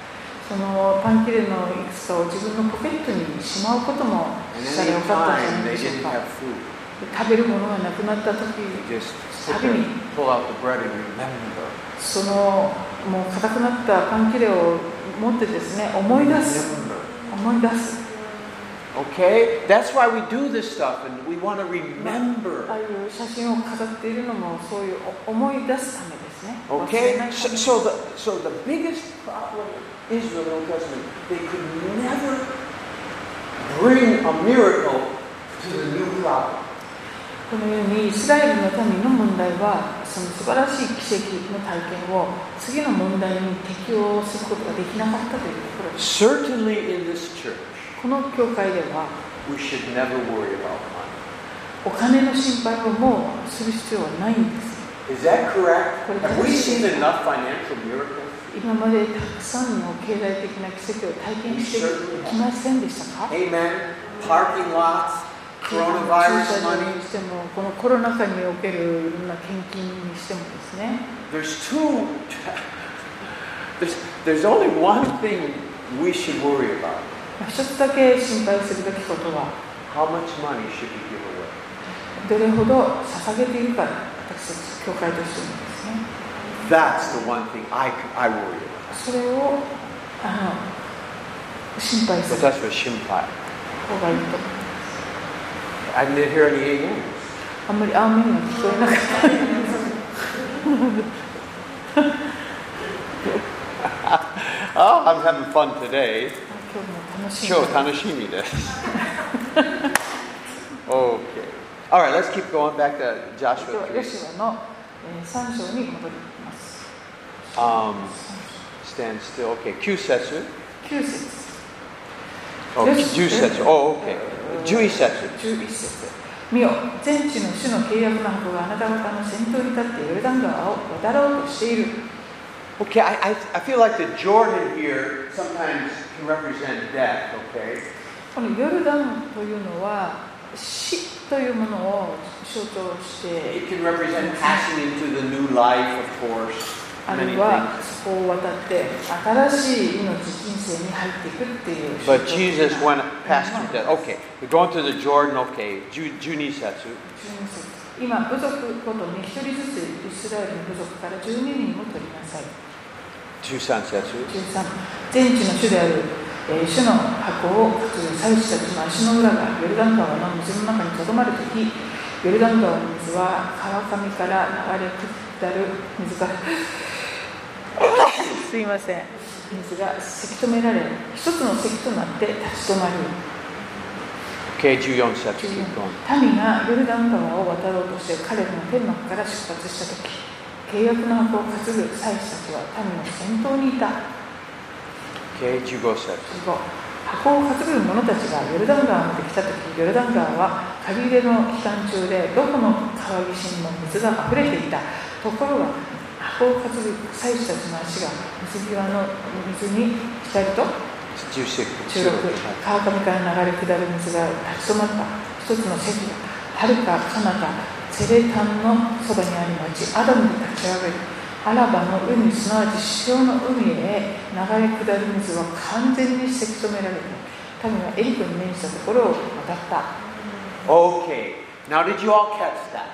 Speaker 2: そのパン切れのいくつかを自分のポケットにしまうことも
Speaker 1: And
Speaker 2: したらよ
Speaker 1: any
Speaker 2: かったんじゃ
Speaker 1: time
Speaker 2: ない
Speaker 1: they
Speaker 2: でしょう
Speaker 1: didn't
Speaker 2: か
Speaker 1: have food,
Speaker 2: 食べるものがなくなった時
Speaker 1: they just sit there, and pull out the bread and remember.
Speaker 2: そのもう硬くなったパン切れを持ってですね思い出す
Speaker 1: Remember.
Speaker 2: 思い出す
Speaker 1: Okay? That's why we do this stuff and we want to remember.
Speaker 2: ああいう写真を飾っているのもそういうお思い出すためですね忘れ
Speaker 1: Okay?
Speaker 2: ないた
Speaker 1: So,
Speaker 2: め
Speaker 1: so, the, so the biggest problem in Israel in the Old Testament, they could never bring a miracle to the new problem.
Speaker 2: このようにイスラエルの民の問題はその素晴らしい奇跡の体験を次の問題に適応することができなかったというところです
Speaker 1: Certainly in this church,
Speaker 2: この教会では
Speaker 1: we should never worry about money.
Speaker 2: お金の心配をもうする必要はないんです
Speaker 1: Is that correct?
Speaker 2: Well,
Speaker 1: Have we
Speaker 2: yes.
Speaker 1: seen enough financial miracles?
Speaker 2: 今までたくさんの経済的な奇跡を体験してきませんでしたか
Speaker 1: Amen. Parking lots,
Speaker 2: 駐
Speaker 1: coronavirus
Speaker 2: 車場
Speaker 1: money.
Speaker 2: にしてもこのコロナ禍におけるいろんな献金にしてもですね
Speaker 1: There's two. There's, there's only one thing we should worry about.
Speaker 2: まあ一つだけ心配するべきことは
Speaker 1: How much money should we give away?
Speaker 2: どれほど捧げているか私たち教会としてもですね
Speaker 1: That's the one thing I, I worry about.
Speaker 2: それをあの心配する
Speaker 1: But that's what Shimpai.
Speaker 2: 方がいいと
Speaker 1: I didn't hear any amen.
Speaker 2: あんまりアーメンが聞こえなかった
Speaker 1: Oh, I'm having fun today.
Speaker 2: 今日も楽しみ
Speaker 1: Show Tanashimi okay. All right, let's keep going back to
Speaker 2: では
Speaker 1: Joshua
Speaker 2: ヨ
Speaker 1: 3.
Speaker 2: シュアの3章に戻ります。
Speaker 1: Um, stand still. Okay, Q setsu.
Speaker 2: 9節、
Speaker 1: Oh,
Speaker 2: Yes.
Speaker 1: Jew setsu. Oh, okay. Jewish setsu.
Speaker 2: 11節。見よ、全地の主の契約の箱があなた方の先頭に立ってヨルダン川を渡ろうとしている。
Speaker 1: Okay, I, I, I feel like the Jordan here sometimes can represent death, okay?
Speaker 2: このヨルダンというのは、死というものを象徴して
Speaker 3: It can represent passing into the new life, of course.
Speaker 2: あ
Speaker 3: Many
Speaker 2: るい
Speaker 3: things.
Speaker 2: はそこを渡って新しい命人生に入っていくっていう
Speaker 1: But Jesus
Speaker 2: 象徴
Speaker 1: went past through that. Okay, we're going to the Jordan. Okay, Ju- Junisetsu.
Speaker 2: 今部族ごとに一人ずつイスラエルの部族から12人を取りなさい
Speaker 1: Jusansetsu.
Speaker 2: 13全地の主である、えー主の箱を祭司たちの足の裏がヨルダン川の水の中にとどまるときヨルダン川の水は川上から流れ下る水が すいません水がせき止められ一つの堰となって立ち止まる
Speaker 1: Okay, Jujonsetsu. Keep going.
Speaker 2: 民がヨルダン川を渡ろうとして彼らの天幕から出発した時契約の箱を担ぐ祭司たちは民の先頭にいた
Speaker 1: Okay, Jugosetsu.
Speaker 2: 15箱を担ぐ者たちがヨルダン川まで来た時ヨルダン川は借り入れの期間中でどこの川岸にも水が溢れていたところが箱を担ぐ祭司たちの足が水際の水に浸ると
Speaker 1: Jusik.
Speaker 2: 中国川上から流れ下る水が立ち止まった一つの席がはるか彼方セレタンのそばにある町アダムに立ち上がりアラバの海すなわち潮の海へ流れ下る水は完全にせき止められた民はエリコに面したところを渡った
Speaker 1: Okay, now did you all catch that?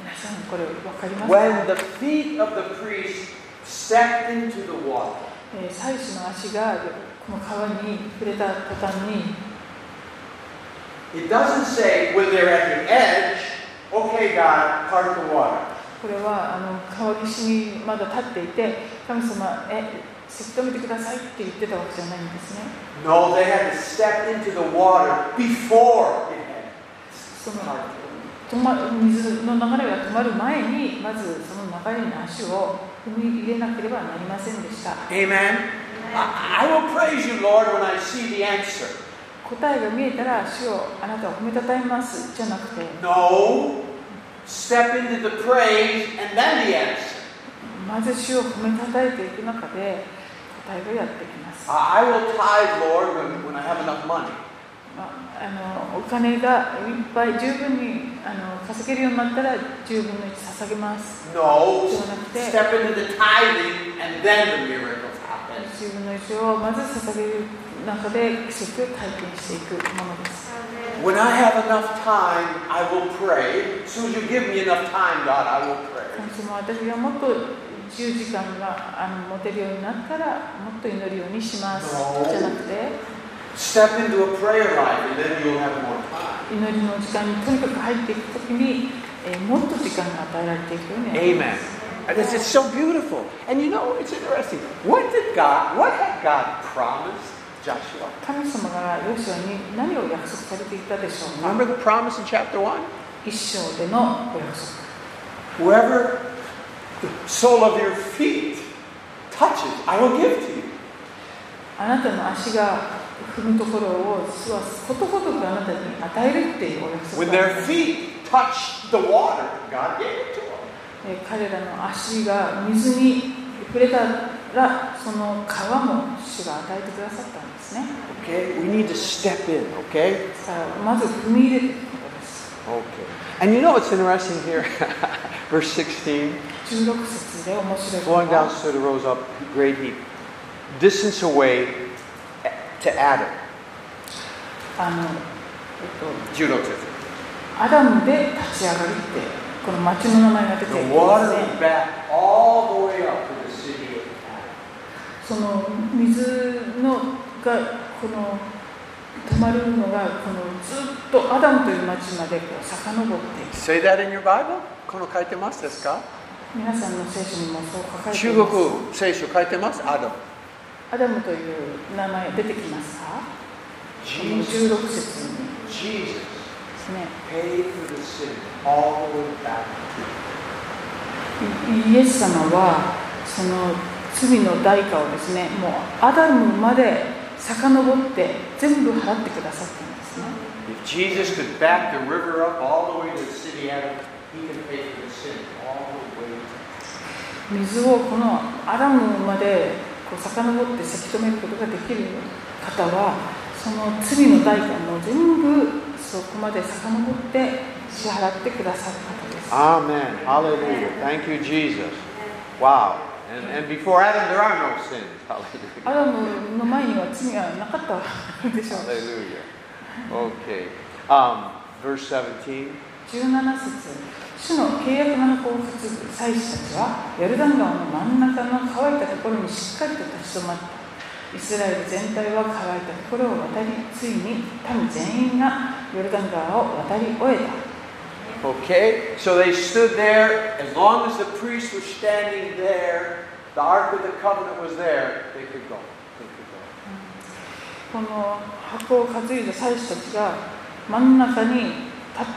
Speaker 2: 皆さんこれ分かりますか、
Speaker 3: When the feet of the priest stepped into the water,
Speaker 2: えー祭司の足がこの川に触れた途端に
Speaker 3: it doesn't say when they're at the edge, okay, God, part the water.
Speaker 2: これはあの川岸にまだ立っていて神様えせき止めてくださいって言ってたわけじゃないんですね
Speaker 3: No, they had to step into the water before it had
Speaker 2: その
Speaker 3: parted.
Speaker 2: 止ま水の流れが止まる前にまずその流れに足を踏み入れなければなりませんでした
Speaker 3: Amen. I, I will praise you, Lord, when I see the answer.
Speaker 2: 答えが見えたら主をあなたを褒めたたえますじゃなくて
Speaker 3: No. Step into the praise and then the answer.
Speaker 2: まず主を褒めたたえていく中で答えがやってきます、ま
Speaker 3: I, I will tithe, Lord, when, when I have enough money.
Speaker 2: あ、のお金がいっぱい十分にあの稼げるようになったら10分の1捧げます
Speaker 3: No.
Speaker 2: So like that.
Speaker 3: Step into the tithing and then the miracles happen.
Speaker 2: 自分の意思をまず捧げる中で奇跡を体験していくものです。
Speaker 3: When I have enough time, I will pray. As soon as you give me enough time, God, I will pray.
Speaker 2: 神様は私がもっと10時間があの持てるようになったらもっと祈るようにしますじゃなくて
Speaker 3: Step into a prayer life and then you'll have more time.
Speaker 2: 祈りの時間にとにかく入っていくときに、えーもっと時間が与えられていくようになりま
Speaker 1: Amen.
Speaker 2: す
Speaker 1: And This is so beautiful. And you know, it's interesting. What did God, what had God promised Joshua?
Speaker 2: 神様がヨシュアに何を約束されていたでしょう
Speaker 1: Remember
Speaker 2: か
Speaker 1: the promise in chapter 1?
Speaker 2: 一生でのお約束
Speaker 3: Whoever the sole of your feet touches, I will give to you.
Speaker 2: あなたの足が踏むところをすわすことごとくあなたに与えるっていうお約束
Speaker 3: When
Speaker 2: があり
Speaker 3: their
Speaker 2: ます
Speaker 3: feet touched the water, God gave it to them.
Speaker 2: えー彼らの足が水に触れたらその川も主が与えてくださったんですね
Speaker 1: Okay, we need to step in, okay?
Speaker 2: だからまず踏み入れていくことです
Speaker 1: Okay. And you know what's interesting here? Verse 16,
Speaker 2: 16節で面白いこと
Speaker 1: flowing down
Speaker 2: は
Speaker 1: stood arose up great heap, distance away to Adam.
Speaker 2: あの、えっ
Speaker 3: Judo
Speaker 2: と、アダムで立ち上がりってこの町の名前が出てる
Speaker 3: The
Speaker 2: んです
Speaker 3: water
Speaker 2: ね
Speaker 3: back all the way up to the city of Adam.
Speaker 2: その水のがこの止まるのがこのずっとアダムという町までこう遡っていく
Speaker 1: Say that in your Bible? この書いてますですか
Speaker 2: 皆さんの聖書にもそう書かれています
Speaker 1: 中国聖書書いてますアダム。
Speaker 2: アダムという名前出てきますかこの
Speaker 3: Jesus,
Speaker 2: 16節にで
Speaker 3: Jesus
Speaker 2: すね
Speaker 3: paid for the sin all the way back.
Speaker 2: イイエス様はその罪の代価をですねもうアダムまで遡って全部払ってくださったんですね
Speaker 3: If Jesus could back the river up all the way to the city Adam, he can pay for the sin all the way.
Speaker 2: 水をこのアダムまでこう遡ってせき止めることができる方はその罪の代価も全部そこまで遡って支払ってくださる方です。
Speaker 5: Amen. Hallelujah. Thank you, Jesus. Wow. And, and before Adam, there are no sins. Hallelujah.
Speaker 2: アダムの前には罪はなかったでしょう。
Speaker 5: Hallelujah. Okay. Um, verse 17.
Speaker 2: 17節主の契約の箱を担ぐ祭司たちはヨルダン川の真ん中の乾いたところにしっかりと立ち止まったイスラエル全体は乾いたところを渡りついに民全員がヨルダン川を渡り終えた
Speaker 1: Okay, so they stood there. As long as the priest was standing there, the Ark of the Covenant was there, they could go. They could go.
Speaker 2: この箱を担いだ祭司たちが真ん中に立っ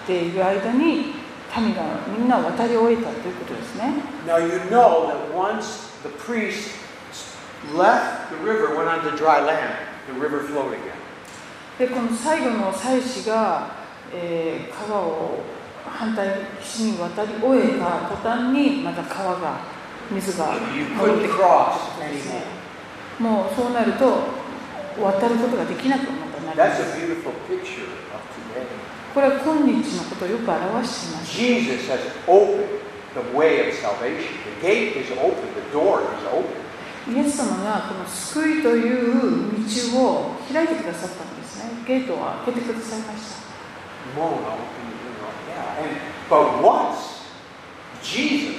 Speaker 2: ている間に民がみんな渡り終えたということですね
Speaker 1: Now you know that once the priest left the river, went onto dry land, the river flowed again.
Speaker 2: でこの最後の祭司が、えー川を反対岸に渡り終えた途端にまた川が水が
Speaker 1: You
Speaker 2: 戻って
Speaker 1: couldn't
Speaker 2: くる
Speaker 1: cross anymore.
Speaker 2: もうそうなると渡ることができなくまたなりま
Speaker 1: That's
Speaker 2: す
Speaker 1: a beautiful picture of today.
Speaker 2: これは今日のことをよく表しています
Speaker 1: Jesus has opened the way of salvation. The gate is open, the door is open.
Speaker 2: イエス様がこの救いという道を開いてくださったんですねゲートを開けてくださいました
Speaker 1: Mona opened the door. Yeah. And, but once Jesus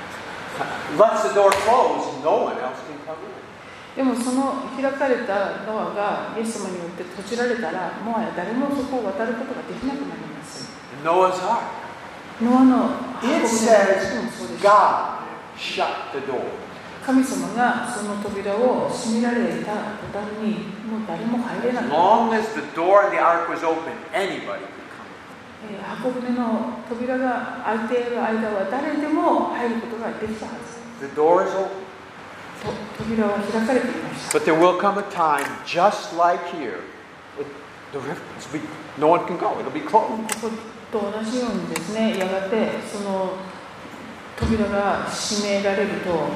Speaker 1: lets the door close, no one else can come in.
Speaker 2: でもその開かれたドアがイエス様によって閉じられたらもはや誰もそこを渡ることができなくなります
Speaker 1: Noah's ark.
Speaker 2: ノアの箱舟
Speaker 1: It
Speaker 2: の話もそうで
Speaker 1: says
Speaker 2: す
Speaker 1: God shut the door.
Speaker 2: 神様がその扉を閉められた途端にもう誰も入れな
Speaker 1: As
Speaker 2: かった、
Speaker 1: long as the door and the ark was open, anybody could come.
Speaker 2: えー箱舟の扉が開いている間は誰でも入ることができたはず
Speaker 1: in. The door is open.
Speaker 2: と扉は開かれていました
Speaker 5: But there will come a time, just like here, it, the river, it's be, no one can go. It'll be
Speaker 2: こ
Speaker 5: closed.
Speaker 2: こと同じようにですねやがてその扉が閉められるともう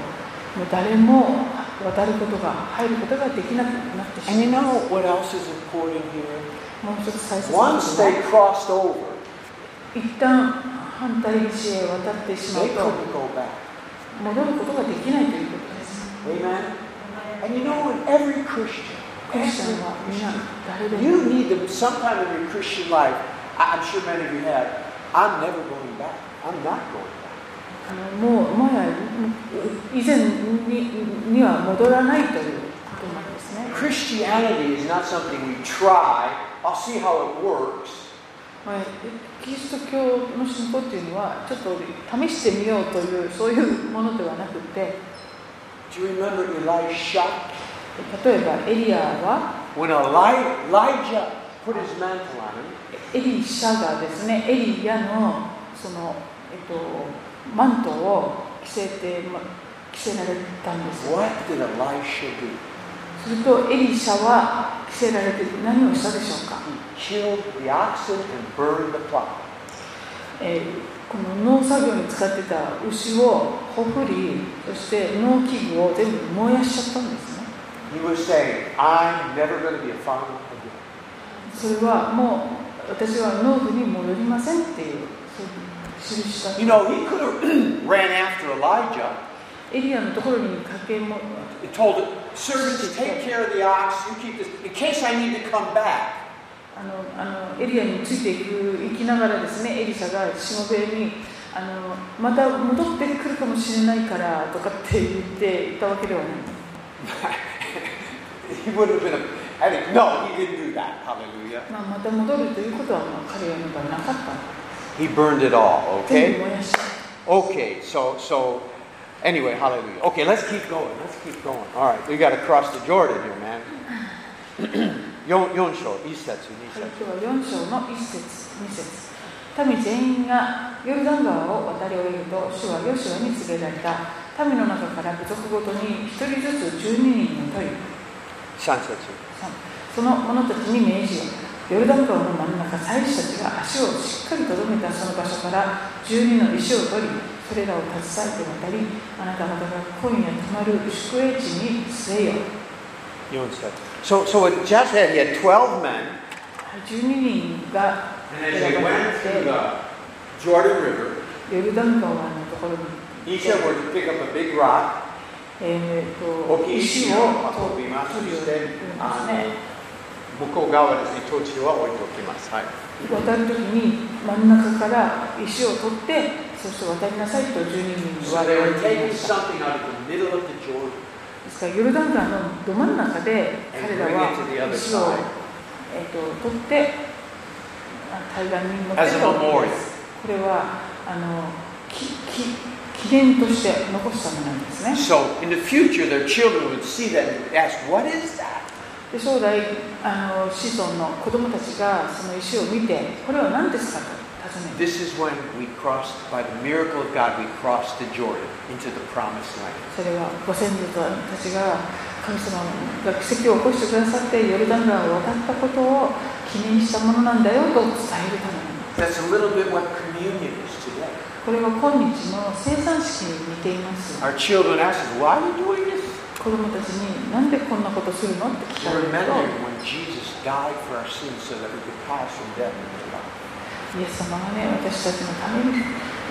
Speaker 2: 誰も渡ることが入ることができなくなってしま
Speaker 1: And
Speaker 2: い
Speaker 1: you
Speaker 2: ま
Speaker 1: know what else is important here?
Speaker 2: すもう一つ大切なこ
Speaker 1: Once
Speaker 2: と
Speaker 1: they
Speaker 2: は
Speaker 1: crossed over,
Speaker 2: 一旦反対岸へ渡ってしま
Speaker 1: they
Speaker 2: う
Speaker 1: couldn't
Speaker 2: と
Speaker 1: go back.
Speaker 2: 戻ることができないということです
Speaker 1: Amen? And you know, in every Christian,
Speaker 2: クリスチャ
Speaker 1: every
Speaker 2: ンはみんな
Speaker 1: Christian,
Speaker 2: 誰で
Speaker 1: You
Speaker 2: も
Speaker 1: need to, sometime in your Christian life, I- I'm sure many of you have, I'm never going back. I'm not going back.
Speaker 2: あのもうもはや以前にには戻らないということなんですね
Speaker 1: Christianity is not something we try. I'll see how it works.
Speaker 2: まあキリスト教の信仰っていうのはちょっと試してみようというそういうものではなくて
Speaker 1: Do you remember Elisha?
Speaker 2: 例えばエリアは
Speaker 1: When Eli- Elijah put his mantle on him,
Speaker 2: エリシャがですねエリアのその、えっと、マントを着せて、ま、着せられたんですよ
Speaker 1: what did Elisha do?
Speaker 2: するとエリシャは着せられて何をしたでしょうか、
Speaker 1: He killed the oxen and burned the plow.
Speaker 2: えーこの農作業に使ってた牛をほふりそして農機具を全部燃やしちゃったんですね
Speaker 1: He was saying, I'm never going to be a farmer again.
Speaker 2: それはもう私は農夫に戻りませんっていうそういう印だった
Speaker 1: You know, he could have ran after Elijah
Speaker 2: エリアのところに駆けも
Speaker 1: It told the servants, take care of the ox, you keep this, in case I need to come back.
Speaker 2: あのあのエリアについていく行きながらですねエリシャがしもべにあのまた戻ってくるかもしれないからとかって言っていたわけではない
Speaker 1: He would have been, a, I think, no, he didn't do that. Hallelujah.
Speaker 2: まあ、また戻るということは、まあ、彼らにはなかった
Speaker 5: He burned it all.
Speaker 2: 全部
Speaker 5: Okay.
Speaker 2: 燃やした
Speaker 5: Okay. So so. Anyway, hallelujah. Okay, let's keep going. Let's keep going. All right, we got to cross the Jordan here, man.
Speaker 2: はい、
Speaker 5: 4章、1節、2節。
Speaker 2: 今日は4章の1節2節民全員がヨルダン川を渡り終えると主はヨシュアに告げられた民の中から部族ごとに1人ずつ12人のとい
Speaker 5: 3節。
Speaker 2: その者たちに命じよヨルダン川の真ん中祭司たちが足をしっかりとどめたその場所から12の石を取りそれらを携えて渡りあなた方が今夜泊まる宿営地に据えよ
Speaker 5: 4節。So so it just said he had 12 men
Speaker 2: 12人が
Speaker 1: And as
Speaker 2: 選
Speaker 1: they
Speaker 2: ばれ
Speaker 1: went
Speaker 2: て
Speaker 1: through the Jordan River,
Speaker 2: ヨルダン川のところに
Speaker 1: each of them were to pick up a big rock,
Speaker 2: えーと
Speaker 6: 大きい
Speaker 2: 石
Speaker 6: 石
Speaker 2: を
Speaker 6: を運
Speaker 2: 取
Speaker 6: びます
Speaker 2: るように
Speaker 6: そし
Speaker 2: する
Speaker 6: て
Speaker 2: んです
Speaker 6: あ
Speaker 2: ね
Speaker 6: 向こう側ですね、土地は置いておきます。はい。
Speaker 2: 渡る時に真ん中から石を取ってそして渡りなさいと12人に言わ
Speaker 1: so
Speaker 2: れ
Speaker 1: they
Speaker 2: て
Speaker 1: were
Speaker 2: い
Speaker 1: taking
Speaker 2: ましたで
Speaker 1: something out of the middle of the Jordan.
Speaker 2: すからヨルダン川のど真ん中で彼ら
Speaker 1: And bring it to the
Speaker 2: は
Speaker 1: other
Speaker 2: 石を
Speaker 1: side.、
Speaker 2: えー、と取ってあ対岸に持って
Speaker 1: As a
Speaker 2: たわけです
Speaker 1: memorial.
Speaker 2: これはあのきき記念として残すためなんですね
Speaker 1: So in the future, their children would see that and ask, What is that?
Speaker 2: で将来あの子孫の子供たちがその石を見てこれは何ですかと尋ねる
Speaker 1: This is when we crossed, by the miracle of God, we crossed the Jordan into the promised land.
Speaker 2: それはご先祖たちが神様が奇跡を起こしてくださってヨルダン川を渡ったことを記念したものなんだよと伝えるために
Speaker 1: That's a little bit what communion is today.
Speaker 2: これは今日の生産式に似ています
Speaker 1: Our children ask us, Why are you doing this?
Speaker 2: 子供たちになんでこんなことするのって聞かれ
Speaker 1: We're
Speaker 2: ると
Speaker 1: remembering when Jesus died for our sins so that we could pass from death into life.
Speaker 2: イエス様がね私たちのために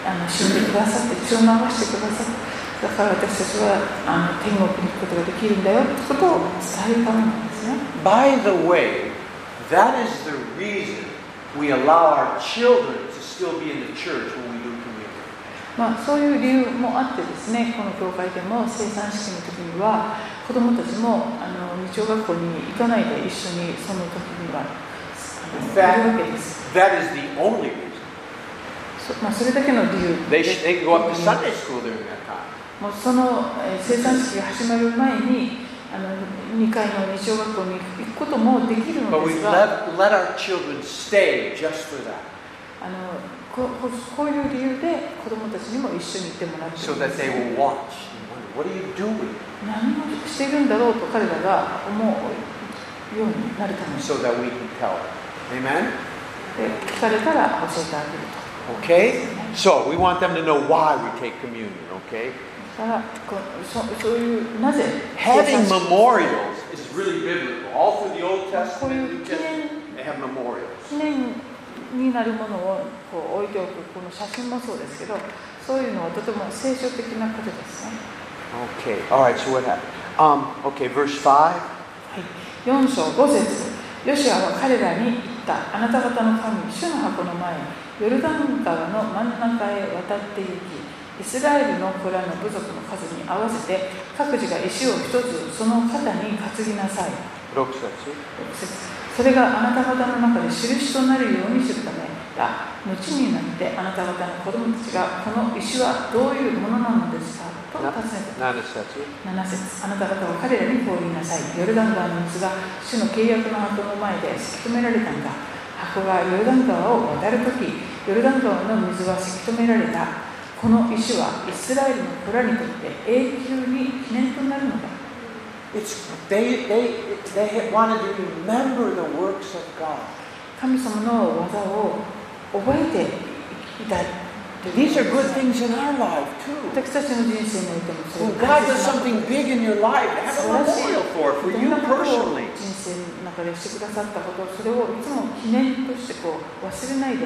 Speaker 2: あの死んでくださって血を流してくださってだから私たちはあの天国に行くことができるんだよってことを伝えるためなんですね
Speaker 1: By the way, that is the reason we allow our children to still be in the church when we do communion.
Speaker 2: まあ、そういう理由もあってですねこの教会でも生産式の時には子どもたちもあの日曜学校に行かないで一緒にその時にはあのいるわけです
Speaker 1: That is the only reason.
Speaker 2: そ,、まあ、それだけの理由
Speaker 1: They
Speaker 2: で
Speaker 1: should, they can go up to Sunday school during that time.
Speaker 2: もうそのえー生産式が始まる前にあの2階の日曜学校に行くこともできる
Speaker 1: But
Speaker 2: の
Speaker 1: we
Speaker 2: ですが
Speaker 1: let, let our children stay just for that,
Speaker 2: あのこここういう理由で子どもたちにも一緒に行ってもらっています
Speaker 1: so that they will watch and wonder, what are you doing?
Speaker 2: 何をしているんだろうと彼らが思うようになるために
Speaker 1: So that we can tell them. Amen?
Speaker 2: で聞かれたら教えてあげる
Speaker 1: Okay? So we want them to know why we take communion, okay?
Speaker 2: とだからこうそそういうなぜ
Speaker 1: Having
Speaker 2: 生産式
Speaker 1: memorials is really biblical. All through the Old Testament, New
Speaker 2: こういう記念-
Speaker 1: Testament, they have memorials.
Speaker 2: 記念になるものをこう置いておくこの写真もそうですけどそういうのはとても聖書的なことですね、
Speaker 1: Okay.
Speaker 6: All right, so what happened? Um, okay, verse 5.
Speaker 2: はい、4章5節ヨシュアは彼らに言ったあなた方の神主の箱の前ヨルダン川の真ん中へ渡って行きイスラエルの子らの部族の数に合わせて各自が石を一つその肩に担ぎなさい
Speaker 6: 6節。
Speaker 2: それがあなた方の中で印となるようにするためだ後になってあなた方の子供たちがこの石はどういうものなのですかと尋ねた
Speaker 6: 7節。
Speaker 2: 7節あなた方は彼らにこう言いなさいヨルダン川の水が主の契約の箱の前で突き止められたんだ箱がヨルダン川を渡るときヨルダン川の水は突き止められたこの石はイスラエルの子らにとって永久に記念となるのだ
Speaker 1: It's, they, they, they wanted to remember the works of God.
Speaker 2: 神様の技を覚えていたい
Speaker 1: These are good things in our life, too.
Speaker 2: 私たちの人生においてもそういう
Speaker 1: When
Speaker 2: 大
Speaker 1: God
Speaker 2: 切な
Speaker 1: does something big in your life, have a memorial for it, for
Speaker 2: ど
Speaker 1: you
Speaker 2: んなことを
Speaker 1: personally.
Speaker 2: 人生の中でしてくださったことそれをいつも記念としてこう忘れないで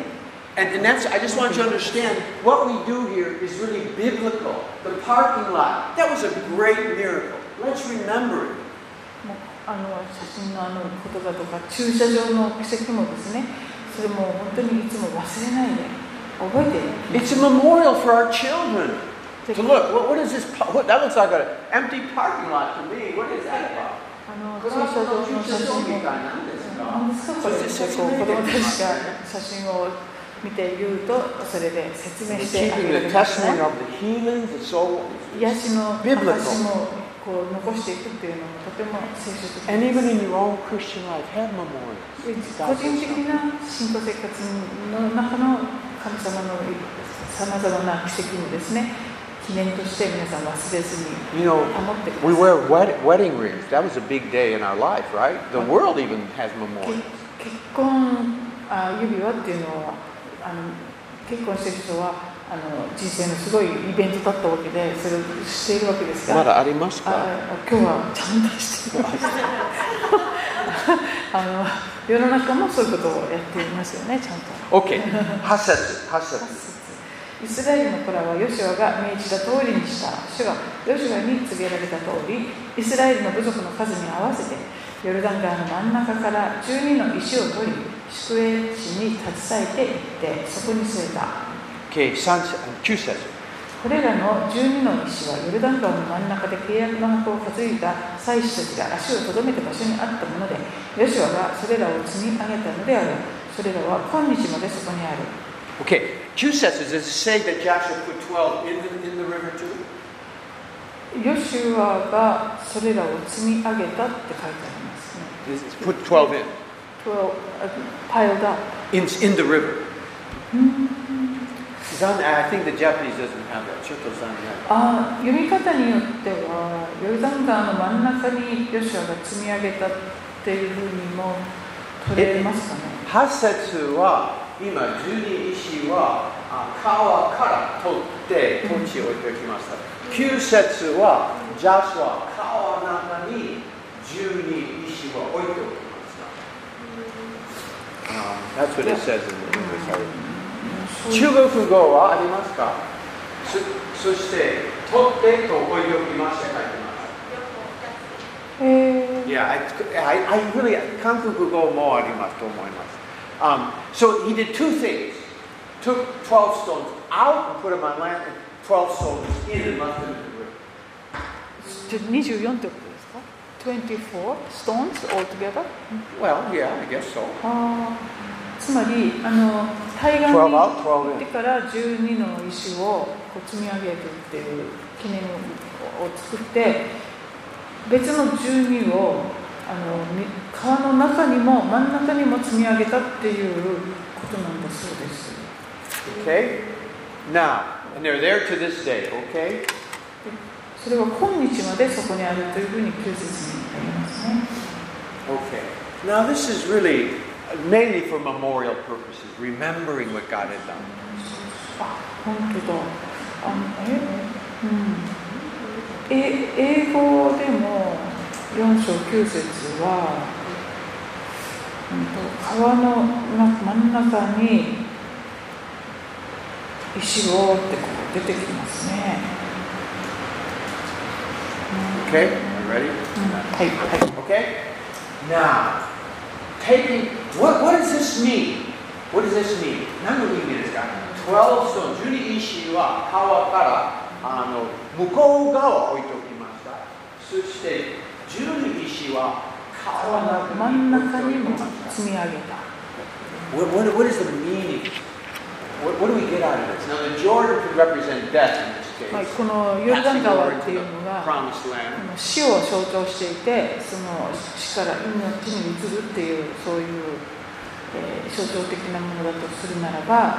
Speaker 1: And, and that's, I just want you to understand, what we do here is really biblical. The parking lot, that was a great miracle. Let's remember it.
Speaker 2: もうあの写真のあの言葉とか駐車場の奇跡もですねそれも本当にいつも忘れないで覚えて
Speaker 1: It's a memorial for our children.
Speaker 2: で
Speaker 1: To look, what, what is this? pa- What, that looks like an empty parking lot to me. What is that about?
Speaker 2: あの駐車場の写真も何ですかこれってこう子供たちが写真を見て言うとそれで説明
Speaker 6: We're
Speaker 2: してあ
Speaker 6: keeping
Speaker 2: げられ
Speaker 6: the
Speaker 2: ます
Speaker 6: testimony
Speaker 2: ね
Speaker 6: of the healings, it's all.
Speaker 2: 癒しの
Speaker 6: Biblical
Speaker 2: 証もこう残していくっていうのもとても聖書的
Speaker 6: And
Speaker 2: で
Speaker 6: even
Speaker 2: す
Speaker 6: in your own Christian life, have memorials.
Speaker 2: 個人的な信仰生活の中の神様のさまざまな奇跡にですね記念として皆さん忘れずに
Speaker 6: You know,
Speaker 2: 守ってくださ
Speaker 6: we
Speaker 2: い
Speaker 6: wear wed- wedding rings. That was a big day in our life, right? The world even has
Speaker 2: け
Speaker 6: memorials.
Speaker 2: 結婚あ指輪っていうのはあの結婚してる人はあの人生のすごいイベントだったわけでそれをしているわけですが Uh,
Speaker 6: まだありますか
Speaker 2: あ今日はちゃんとしてます。 あの世の中もそういうことをやっていますよねちゃんと
Speaker 7: OK、8節、8節。
Speaker 2: イスラエルの子らはヨシュアが命じた通りにした主がヨシュアに告げられた通りイスラエルの部族の数に合わせてヨルダン川の真ん中から12の石を取り宿営地に携えていってそこに据えた
Speaker 7: OK、3節、9節。
Speaker 2: これらの12の石はヨルダン川の真ん中で契約の箱を担いだ祭司たちが足をとどめた場所にあったものでヨシュアがそれらを積み上げたのであるそれらは今日までそこにある
Speaker 7: OK、9節、does it say that Joshua put 12 in the, in the river too?
Speaker 2: ヨシュアがそれらを積み上げたって書いてありますね。
Speaker 7: Does it Put 12 in.
Speaker 2: Well, piled up.
Speaker 7: In, in the river. Zan, I think the Japanese doesn't have that.
Speaker 1: ちょっと残念。
Speaker 2: あー読み方によっては、ヨルダン川の真ん中にヨシュアが積み上げたっていうふうにも取れますかね。
Speaker 1: 8節は、今、十二石はあ川から取って土地を置いてきました。9節は、ジャスは川の中に十二石は置いておきました。
Speaker 7: Um, that's what it says in the English. I-
Speaker 1: 中国語はありますかそそして、取ってと置いておきました書いてます。
Speaker 2: えー
Speaker 7: Yeah, I, I, I really, Um, so he did two things.
Speaker 1: Took 12 stones out and put them on land, and 12 stones in and left them in the river.
Speaker 2: ちょ24ってことですか ?24 stones altogether?
Speaker 1: Well, yeah, I guess so.
Speaker 2: あーつまり、あの対岸に
Speaker 7: 12
Speaker 2: 行
Speaker 7: out, 12
Speaker 2: って
Speaker 7: in.
Speaker 2: から12の石をこう積み上げるっていう記念を作って別の12をあのみ川の中にも真ん中にも積み上げたっていうことなんだそうです。
Speaker 7: Okay? Now, and they're there to this day, okay?
Speaker 2: それは今日までそこにあるというふうに旧説にありますね。
Speaker 7: Okay. Now, this is really mainly for memorial purposes, remembering what God had done.
Speaker 2: あ、本当だ。あの、え、うん。え、英語でも4章9節は、うんと、川のな真ん中に石をってこう出てきますね。
Speaker 7: Okay? Are you
Speaker 2: う
Speaker 7: ready?
Speaker 2: ん、はい、はい。
Speaker 1: Okay? Now, taking, what, what does this mean? What does this mean? 何の意味ですか ?12 ストーン、12石は川からあの向こう側を置いておきました。そして、12石は川
Speaker 2: 川
Speaker 1: の
Speaker 2: の真ん中に
Speaker 1: 置い
Speaker 2: も
Speaker 1: ておきました
Speaker 2: 積み上げた。
Speaker 1: What, what, what is the meaning? What, what do we get out of this? Now, the Jordan could represent death in this case.
Speaker 2: はい、このヨルダ
Speaker 1: Passing
Speaker 2: ン
Speaker 1: over
Speaker 2: 川って
Speaker 1: to
Speaker 2: い
Speaker 1: the
Speaker 2: うのが、
Speaker 1: promised
Speaker 2: あ
Speaker 1: land.
Speaker 2: の死を象徴していてその死から命に移るっていうそういう、えー象徴的なものだとするならば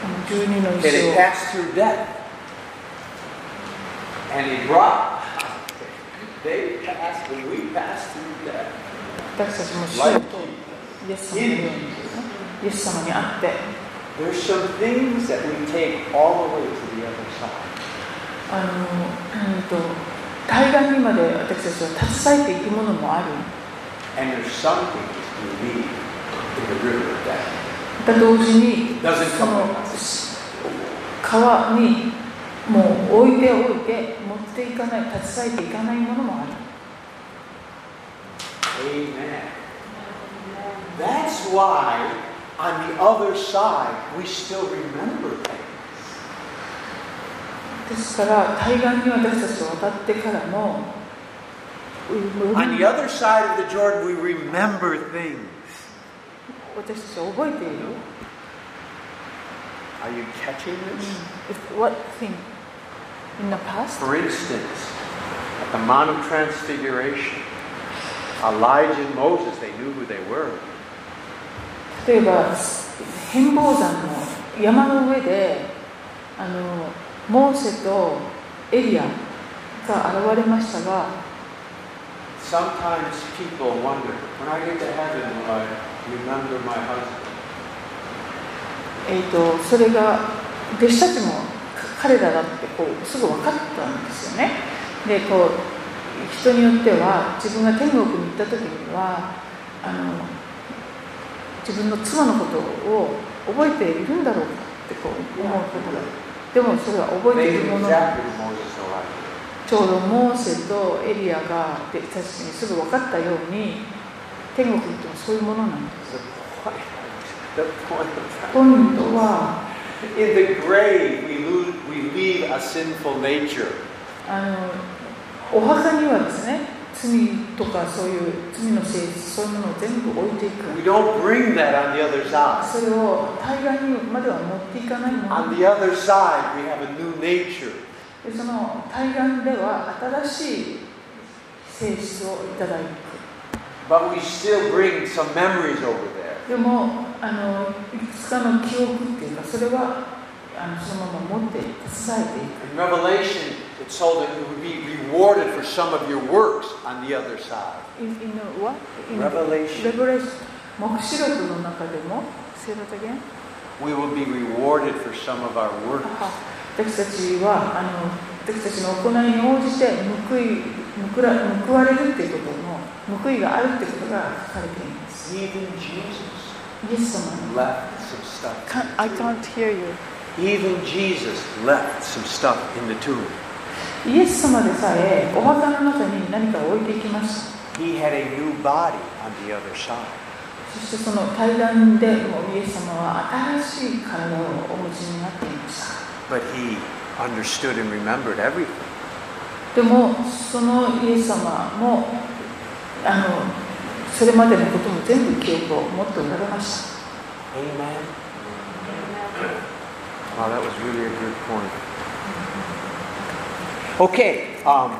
Speaker 2: この12の
Speaker 1: And
Speaker 2: 石
Speaker 1: it
Speaker 2: を
Speaker 1: passed through death. And it brought. They passed, and we passed through death.
Speaker 2: 私たちも死を
Speaker 1: Like
Speaker 2: 通りイエス様のようにですねイエス様にあって
Speaker 1: There's some things that we take all the way to the other side.
Speaker 2: あの、うん、と対岸にまで私たちは携えていくものもある
Speaker 1: And there's some things we leave in the river of death.
Speaker 2: また同時に
Speaker 1: Doesn't
Speaker 2: そ
Speaker 1: come
Speaker 2: の
Speaker 1: with us.
Speaker 2: 川にもう置いておいて持っていかない携えていかないものもある。
Speaker 1: Amen. That's why on the other side we still remember things.
Speaker 2: ですから対岸に私たちを渡ってからも
Speaker 1: On the other side of the Jordan we remember things.
Speaker 2: 私たちは覚えている
Speaker 1: Are you catching this?
Speaker 2: What thing? In the past?
Speaker 1: For instance, at the Mount of Transfiguration, Elijah and Moses, they knew who they were.
Speaker 2: 例えば変貌山の山の上であのモーセとエリアが現れましたが
Speaker 1: Sometimes people wonder, when I get to heaven, will I remember my husband?
Speaker 2: えー、とそれが弟子たちも彼らだってこうすぐ分かったんですよねでこう人によっては自分が天国に行った時にはあの自分の妻のことを覚えているんだろうかってこう思うことがでもそれは覚えてい
Speaker 1: They
Speaker 2: るも
Speaker 1: knew
Speaker 2: の
Speaker 1: exactly who Moses and Elijah.
Speaker 2: ちょうどモーセとエリアが弟子たちにすぐ分かったように天国ってもそういうものなんです
Speaker 1: The point, the point of that.
Speaker 2: 今度は
Speaker 1: In the grave, we, lose, we leave a sinful nature.
Speaker 2: あのお墓にはですね罪とかそういう罪の性質そういうものを全部置いていく
Speaker 1: We don't bring that on the other side.
Speaker 2: それを対岸にまでは持っていかないもの
Speaker 1: On the other side, we have a new nature.
Speaker 2: でその対岸では新しい性質をいただいて
Speaker 1: But we still bring some memories over there.
Speaker 2: でもあのいくつかの記憶っていうかそれはあのそのまま持って携えていく
Speaker 1: In Revelation, it's told that you would be rewarded for some of your works on the other side.
Speaker 2: In, in what? In
Speaker 1: Revelation.
Speaker 2: Revelation. 黙示録の中でも、Say that again.
Speaker 1: We will be rewarded for some of our works.
Speaker 2: Uh-huh. 私たちはあの、私たちの行いに応じて報い報ら報われるっていうことの、報いがあるってことが書かれています。
Speaker 1: Even Jesus
Speaker 2: イエス様の。
Speaker 1: left some stuff.
Speaker 2: hear you.
Speaker 1: Even Jesus left some stuff in the tomb.
Speaker 2: イエス様でさえ、お墓の中に何かを置いていきました。
Speaker 1: He had a new body on the other side.
Speaker 2: そしてその対談でもうイエス様は新しい体をお持ちになっていました。
Speaker 1: But he understood and remembered everything.
Speaker 2: でもそのイエス様もあのそれまでのことも全部記憶を持っておられました
Speaker 1: Amen. Wow, that was really a good point.
Speaker 8: Okay. Um,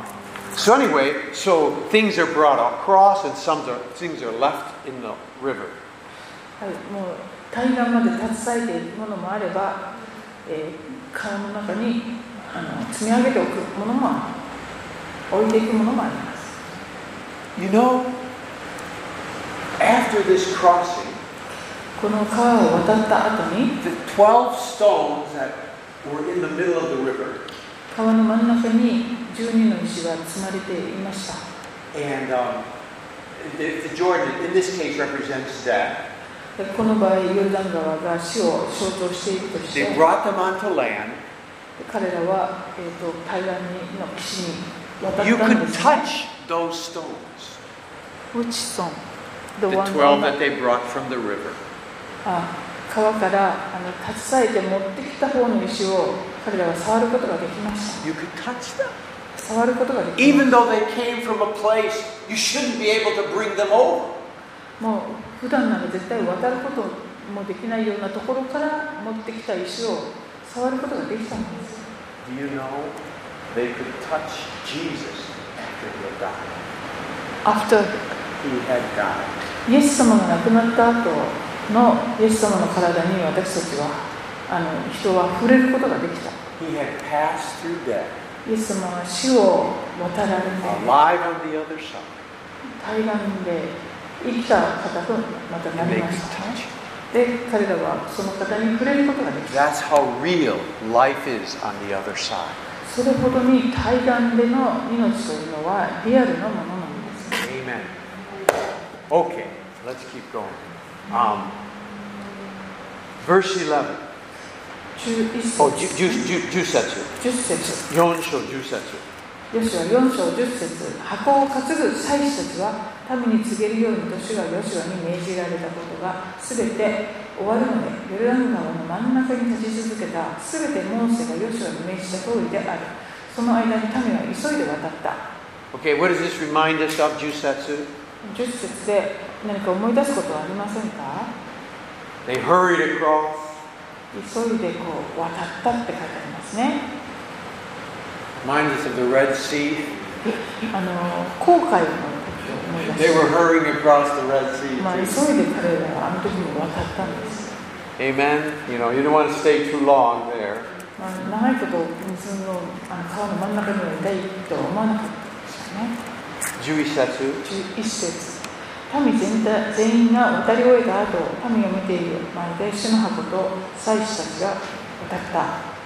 Speaker 8: so anyway, so things are brought across and some are, things are left in the river.
Speaker 2: はいもう対岸まで携えていくものもあれば、えー、川の中にあの積み上げておくものもある置いていくものもあります
Speaker 1: You know, after this crossing,
Speaker 2: この川を渡った後に
Speaker 1: the 12 stones that were in the middle of the river,
Speaker 2: 川の真ん中に12の石が積まれていました
Speaker 1: and um, the, the Jordan, in this case, represents that.
Speaker 2: でこの場合ヨルダン川が死を象徴しているとして
Speaker 1: They brought them onto land.
Speaker 2: 彼らは、えー、と対岸にの岸に渡
Speaker 1: You
Speaker 2: ったん
Speaker 1: could
Speaker 2: です、ね。
Speaker 1: touch those stones.
Speaker 2: Which song? The
Speaker 8: The
Speaker 2: one
Speaker 8: 12
Speaker 2: that-
Speaker 8: that they brought from the river.
Speaker 2: あ川からあの携えて持ってきた方の石を彼らは触ることができまし
Speaker 1: You could touch them.
Speaker 2: た。触ることができま
Speaker 1: Even though they came from a place you shouldn't be able to bring them over.
Speaker 2: す。もう普段なら絶対渡ることもできないようなところから持ってきた石を触ることができたんです。
Speaker 1: Do you know they could touch Jesus after he had died?
Speaker 2: After
Speaker 1: He had died.
Speaker 2: イエス様が亡くなった後のイエス様の体に私たちはあの人は触れることができた。
Speaker 1: He had passed through death,
Speaker 2: イエス様は死を渡られて
Speaker 1: alive on the other side.
Speaker 2: 対岸で生きた方とまたな
Speaker 1: And they
Speaker 2: りま
Speaker 1: could
Speaker 2: したね
Speaker 1: touch him.
Speaker 2: で彼らはその方に触れることができた
Speaker 1: That's how real life is on the other side.
Speaker 2: それほどに対岸での命というのはリアルなものなんです
Speaker 1: Amen. Okay, let's keep going. Um,
Speaker 8: Verse 11.
Speaker 2: 11節
Speaker 8: Oh, 10節。
Speaker 2: 10節
Speaker 8: 4章10節。
Speaker 2: ヨシュア4章10節箱を担ぐ祭司たちは民に告げるように年がヨシュアに命じられたことが全て終わるのでヨルダン川の真ん中に立ち続けた全てモーセがヨシュアに命じた通りであるその間に民は急いで渡った
Speaker 8: Okay, what does this remind us of, Jusatsu?
Speaker 2: 10節で何か思い出すことはありませんか
Speaker 8: They hurried across.
Speaker 2: 急いでこう渡ったって書いてありますね
Speaker 1: reminds us of the Red Sea.
Speaker 2: あの後悔の時を思い出
Speaker 1: They
Speaker 2: し
Speaker 1: were
Speaker 2: て
Speaker 1: hurrying across the Red Sea.
Speaker 2: まあ急
Speaker 1: too.
Speaker 2: いで彼らはあの時も渡ったんです
Speaker 8: Amen. You know, you don't want to stay too long there.
Speaker 2: あの長いこと水のあの川の真ん中にはいたいとは思わなかったですよね。
Speaker 8: 11節。
Speaker 2: 11節民全体全員が渡り終えた後、民を見ている間で主の箱と祭司たちが渡った。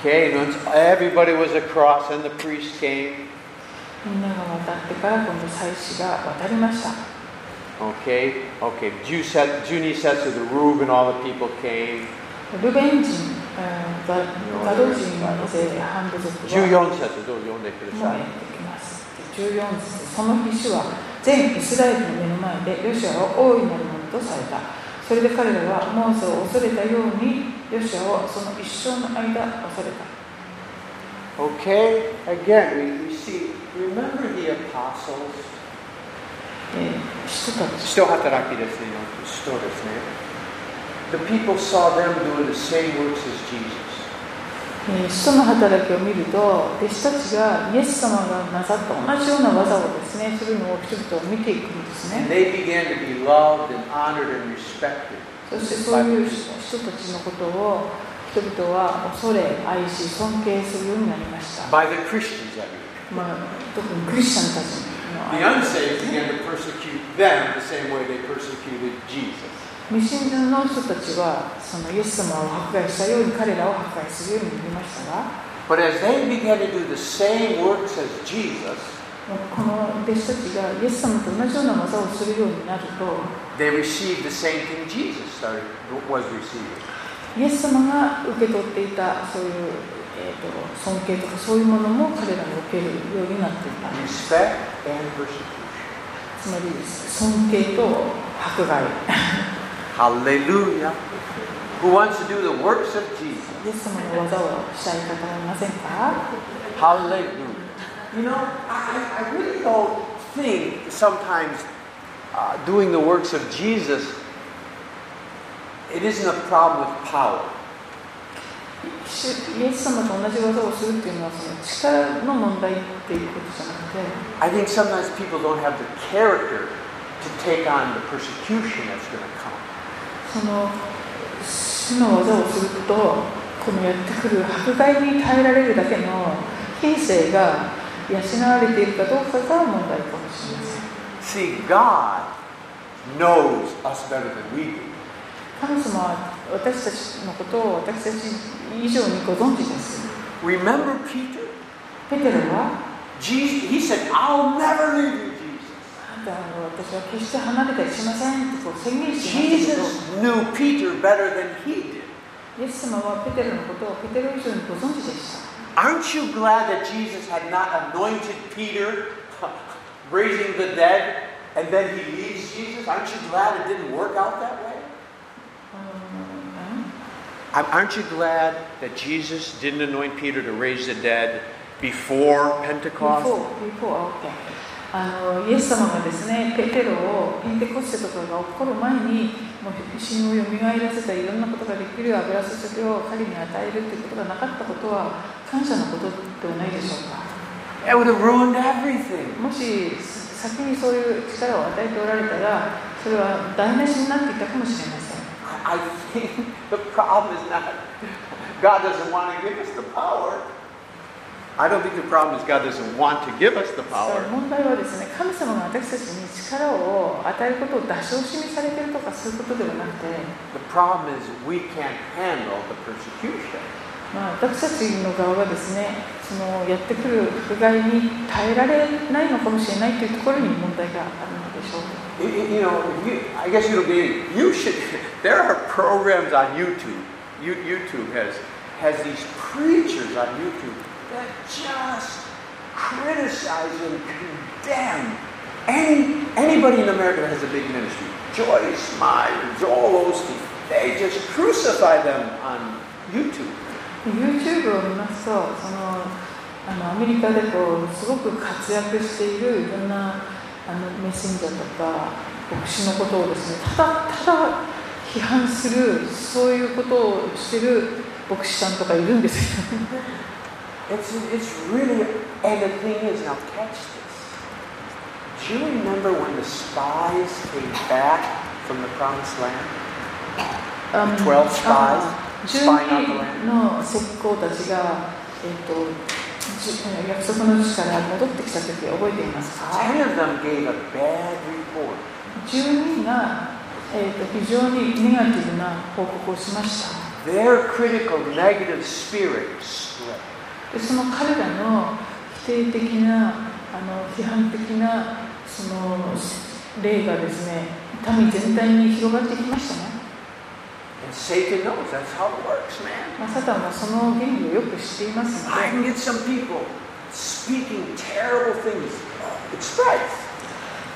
Speaker 8: Okay, and once everybody was across and the priest came.
Speaker 2: みんなが渡ってから今度祭司が渡りました。
Speaker 9: Okay, okay. Jew said, Junie says to the Reuben, all the people came.
Speaker 2: ルベン人、えーガガド人の勢半部族は
Speaker 9: 14節どう読んでくだ
Speaker 2: もうや
Speaker 9: さい。
Speaker 2: ってきます。14節その日主は全イスラエルの目の前でヨシュアを大いなるものとされた。それで彼らはモーセを恐れたようにヨシュアをその一生の間恐れた。
Speaker 9: Okay, again, we, we see, remember the apostles?
Speaker 2: えー、使徒たち
Speaker 9: 使徒働きですね。使徒ですね。The people saw them doing the same works as Jesus.
Speaker 2: えー使徒の働きを見ると、弟子たちがイエス様がなさった同じような技をですね、するのを人々を見ていくんですね
Speaker 9: And。they began to be loved and honored and respected.
Speaker 2: そしてそういう人たちのことを人々は恐れ、愛し、尊敬するようになりました。
Speaker 9: By the Christians, I mean.
Speaker 2: まあ、特にクリスチャンたちの
Speaker 1: The
Speaker 2: 愛
Speaker 1: unsaved began to persecute them the same way they persecuted Jesus.
Speaker 2: 未信者の人たちはそのイエス様を迫害したように彼らを迫害するようになりましたが、
Speaker 1: But as they began to do the same works as Jesus,
Speaker 2: もうこの弟子たちがイエス様と同じような技をするようになると、
Speaker 1: they received the same thing Jesus started, was receiving.
Speaker 2: イエス様が受け取っていたそういう、えーと尊敬とかそういうものも彼らに受けるようになっていた。
Speaker 1: Respect and persecution.
Speaker 2: つまり尊敬と迫害。
Speaker 1: Hallelujah. Who wants to do the works of Jesus?
Speaker 2: イエス様の技をしたい方はいませんか
Speaker 1: Hallelujah. You know, I, I I really don't think sometimes
Speaker 9: Uh, doing the works of Jesus,
Speaker 1: it isn't a problem with power.
Speaker 2: 主イエス様と同じ技をするっていうのはその力の問題っていうことじゃなくて
Speaker 1: I think sometimes people don't have the character to take on the persecution that's going to come.
Speaker 2: その主の技をするとこのやってくる迫害に耐えられるだけの品性が養われているかどうかが問題かもしれません
Speaker 1: See, God knows us better than we do.
Speaker 2: 神様は私たちのことを私たち以上にご存知です
Speaker 1: Remember Peter?
Speaker 2: ペテロは
Speaker 1: Jesus, he said, I'll never leave you, Jesus.
Speaker 2: あなたは私は決して離れたりしませんってこう宣言しましたけど
Speaker 1: Jesus knew Peter better than he did.
Speaker 2: イエス様はペテロのことをペテロ以上にご存知でした。
Speaker 1: Aren't you glad that Jesus had not anointed Peter, raising the dead, and then he leaves Jesus? Aren't you glad it didn't work out that way?
Speaker 9: aren't you glad that Jesus didn't anoint Peter to raise the dead before Pentecost?
Speaker 2: Before, before, okay. あのイエス様がですね、ペテロをペンテコステとかが起こる前に、もう死をよみがえらせたりいろんなことができる油注ぎを彼に与えるということがなかったことは感謝のことではないでしょうか。
Speaker 1: It would have ruined everything.
Speaker 2: もし先にそういう力を与えておられたら、それは台無しになっていたかもしれません。
Speaker 1: I I think the problem is not God doesn't want to give us the power.
Speaker 9: I don't think the problem is God doesn't want to give us the
Speaker 2: そう
Speaker 9: power.
Speaker 2: 問題はですね神様が私たちに力を与えることを出し惜しみされてるとかそういうことではなくて、
Speaker 1: The problem is we can't handle the persecution.
Speaker 2: まあ、私たちの側がですねそのやってくる迫害に耐えられないのかもしれないというところに問題があるのでしょう
Speaker 1: You- You you know, you, I guess it'll be you should.
Speaker 9: There are programs on YouTube. You, YouTube has has these preachers on YouTube that just
Speaker 1: criticize and condemn any, anybody in America that has a big ministry. Joyce Meyer, Joel Osteen, they just crucify them on YouTube.
Speaker 2: で YouTube を見ますとそのあのアメリカでこうすごく活躍しているいろんなあのメッセンジャーとか牧師のことをですねただただ批判するそういうことをしてる牧師さんとかいるんですよ
Speaker 1: It's, it's really, and the thing is, now catch this. Do you remember when the spies came back from the promised land?
Speaker 2: あの
Speaker 1: Twelve spies
Speaker 2: あ
Speaker 1: spying out the
Speaker 2: 12の石膏たちが、えっとじえー約束の地から戻ってきた時覚えていますか
Speaker 1: Ten of them gave a bad report.
Speaker 2: 12が、えっと非常にネガティブな報告をしました
Speaker 1: Their critical, negative spirit spread.
Speaker 2: でその彼らの否定的なあの批判的なその霊がですね、民全体に広がってきましたね。
Speaker 1: And Satan knows that's how it works, man.
Speaker 2: まあ、サタンはその原理をよく知っていますの
Speaker 1: I
Speaker 2: で、
Speaker 1: can get some people speaking terrible things. It spreads.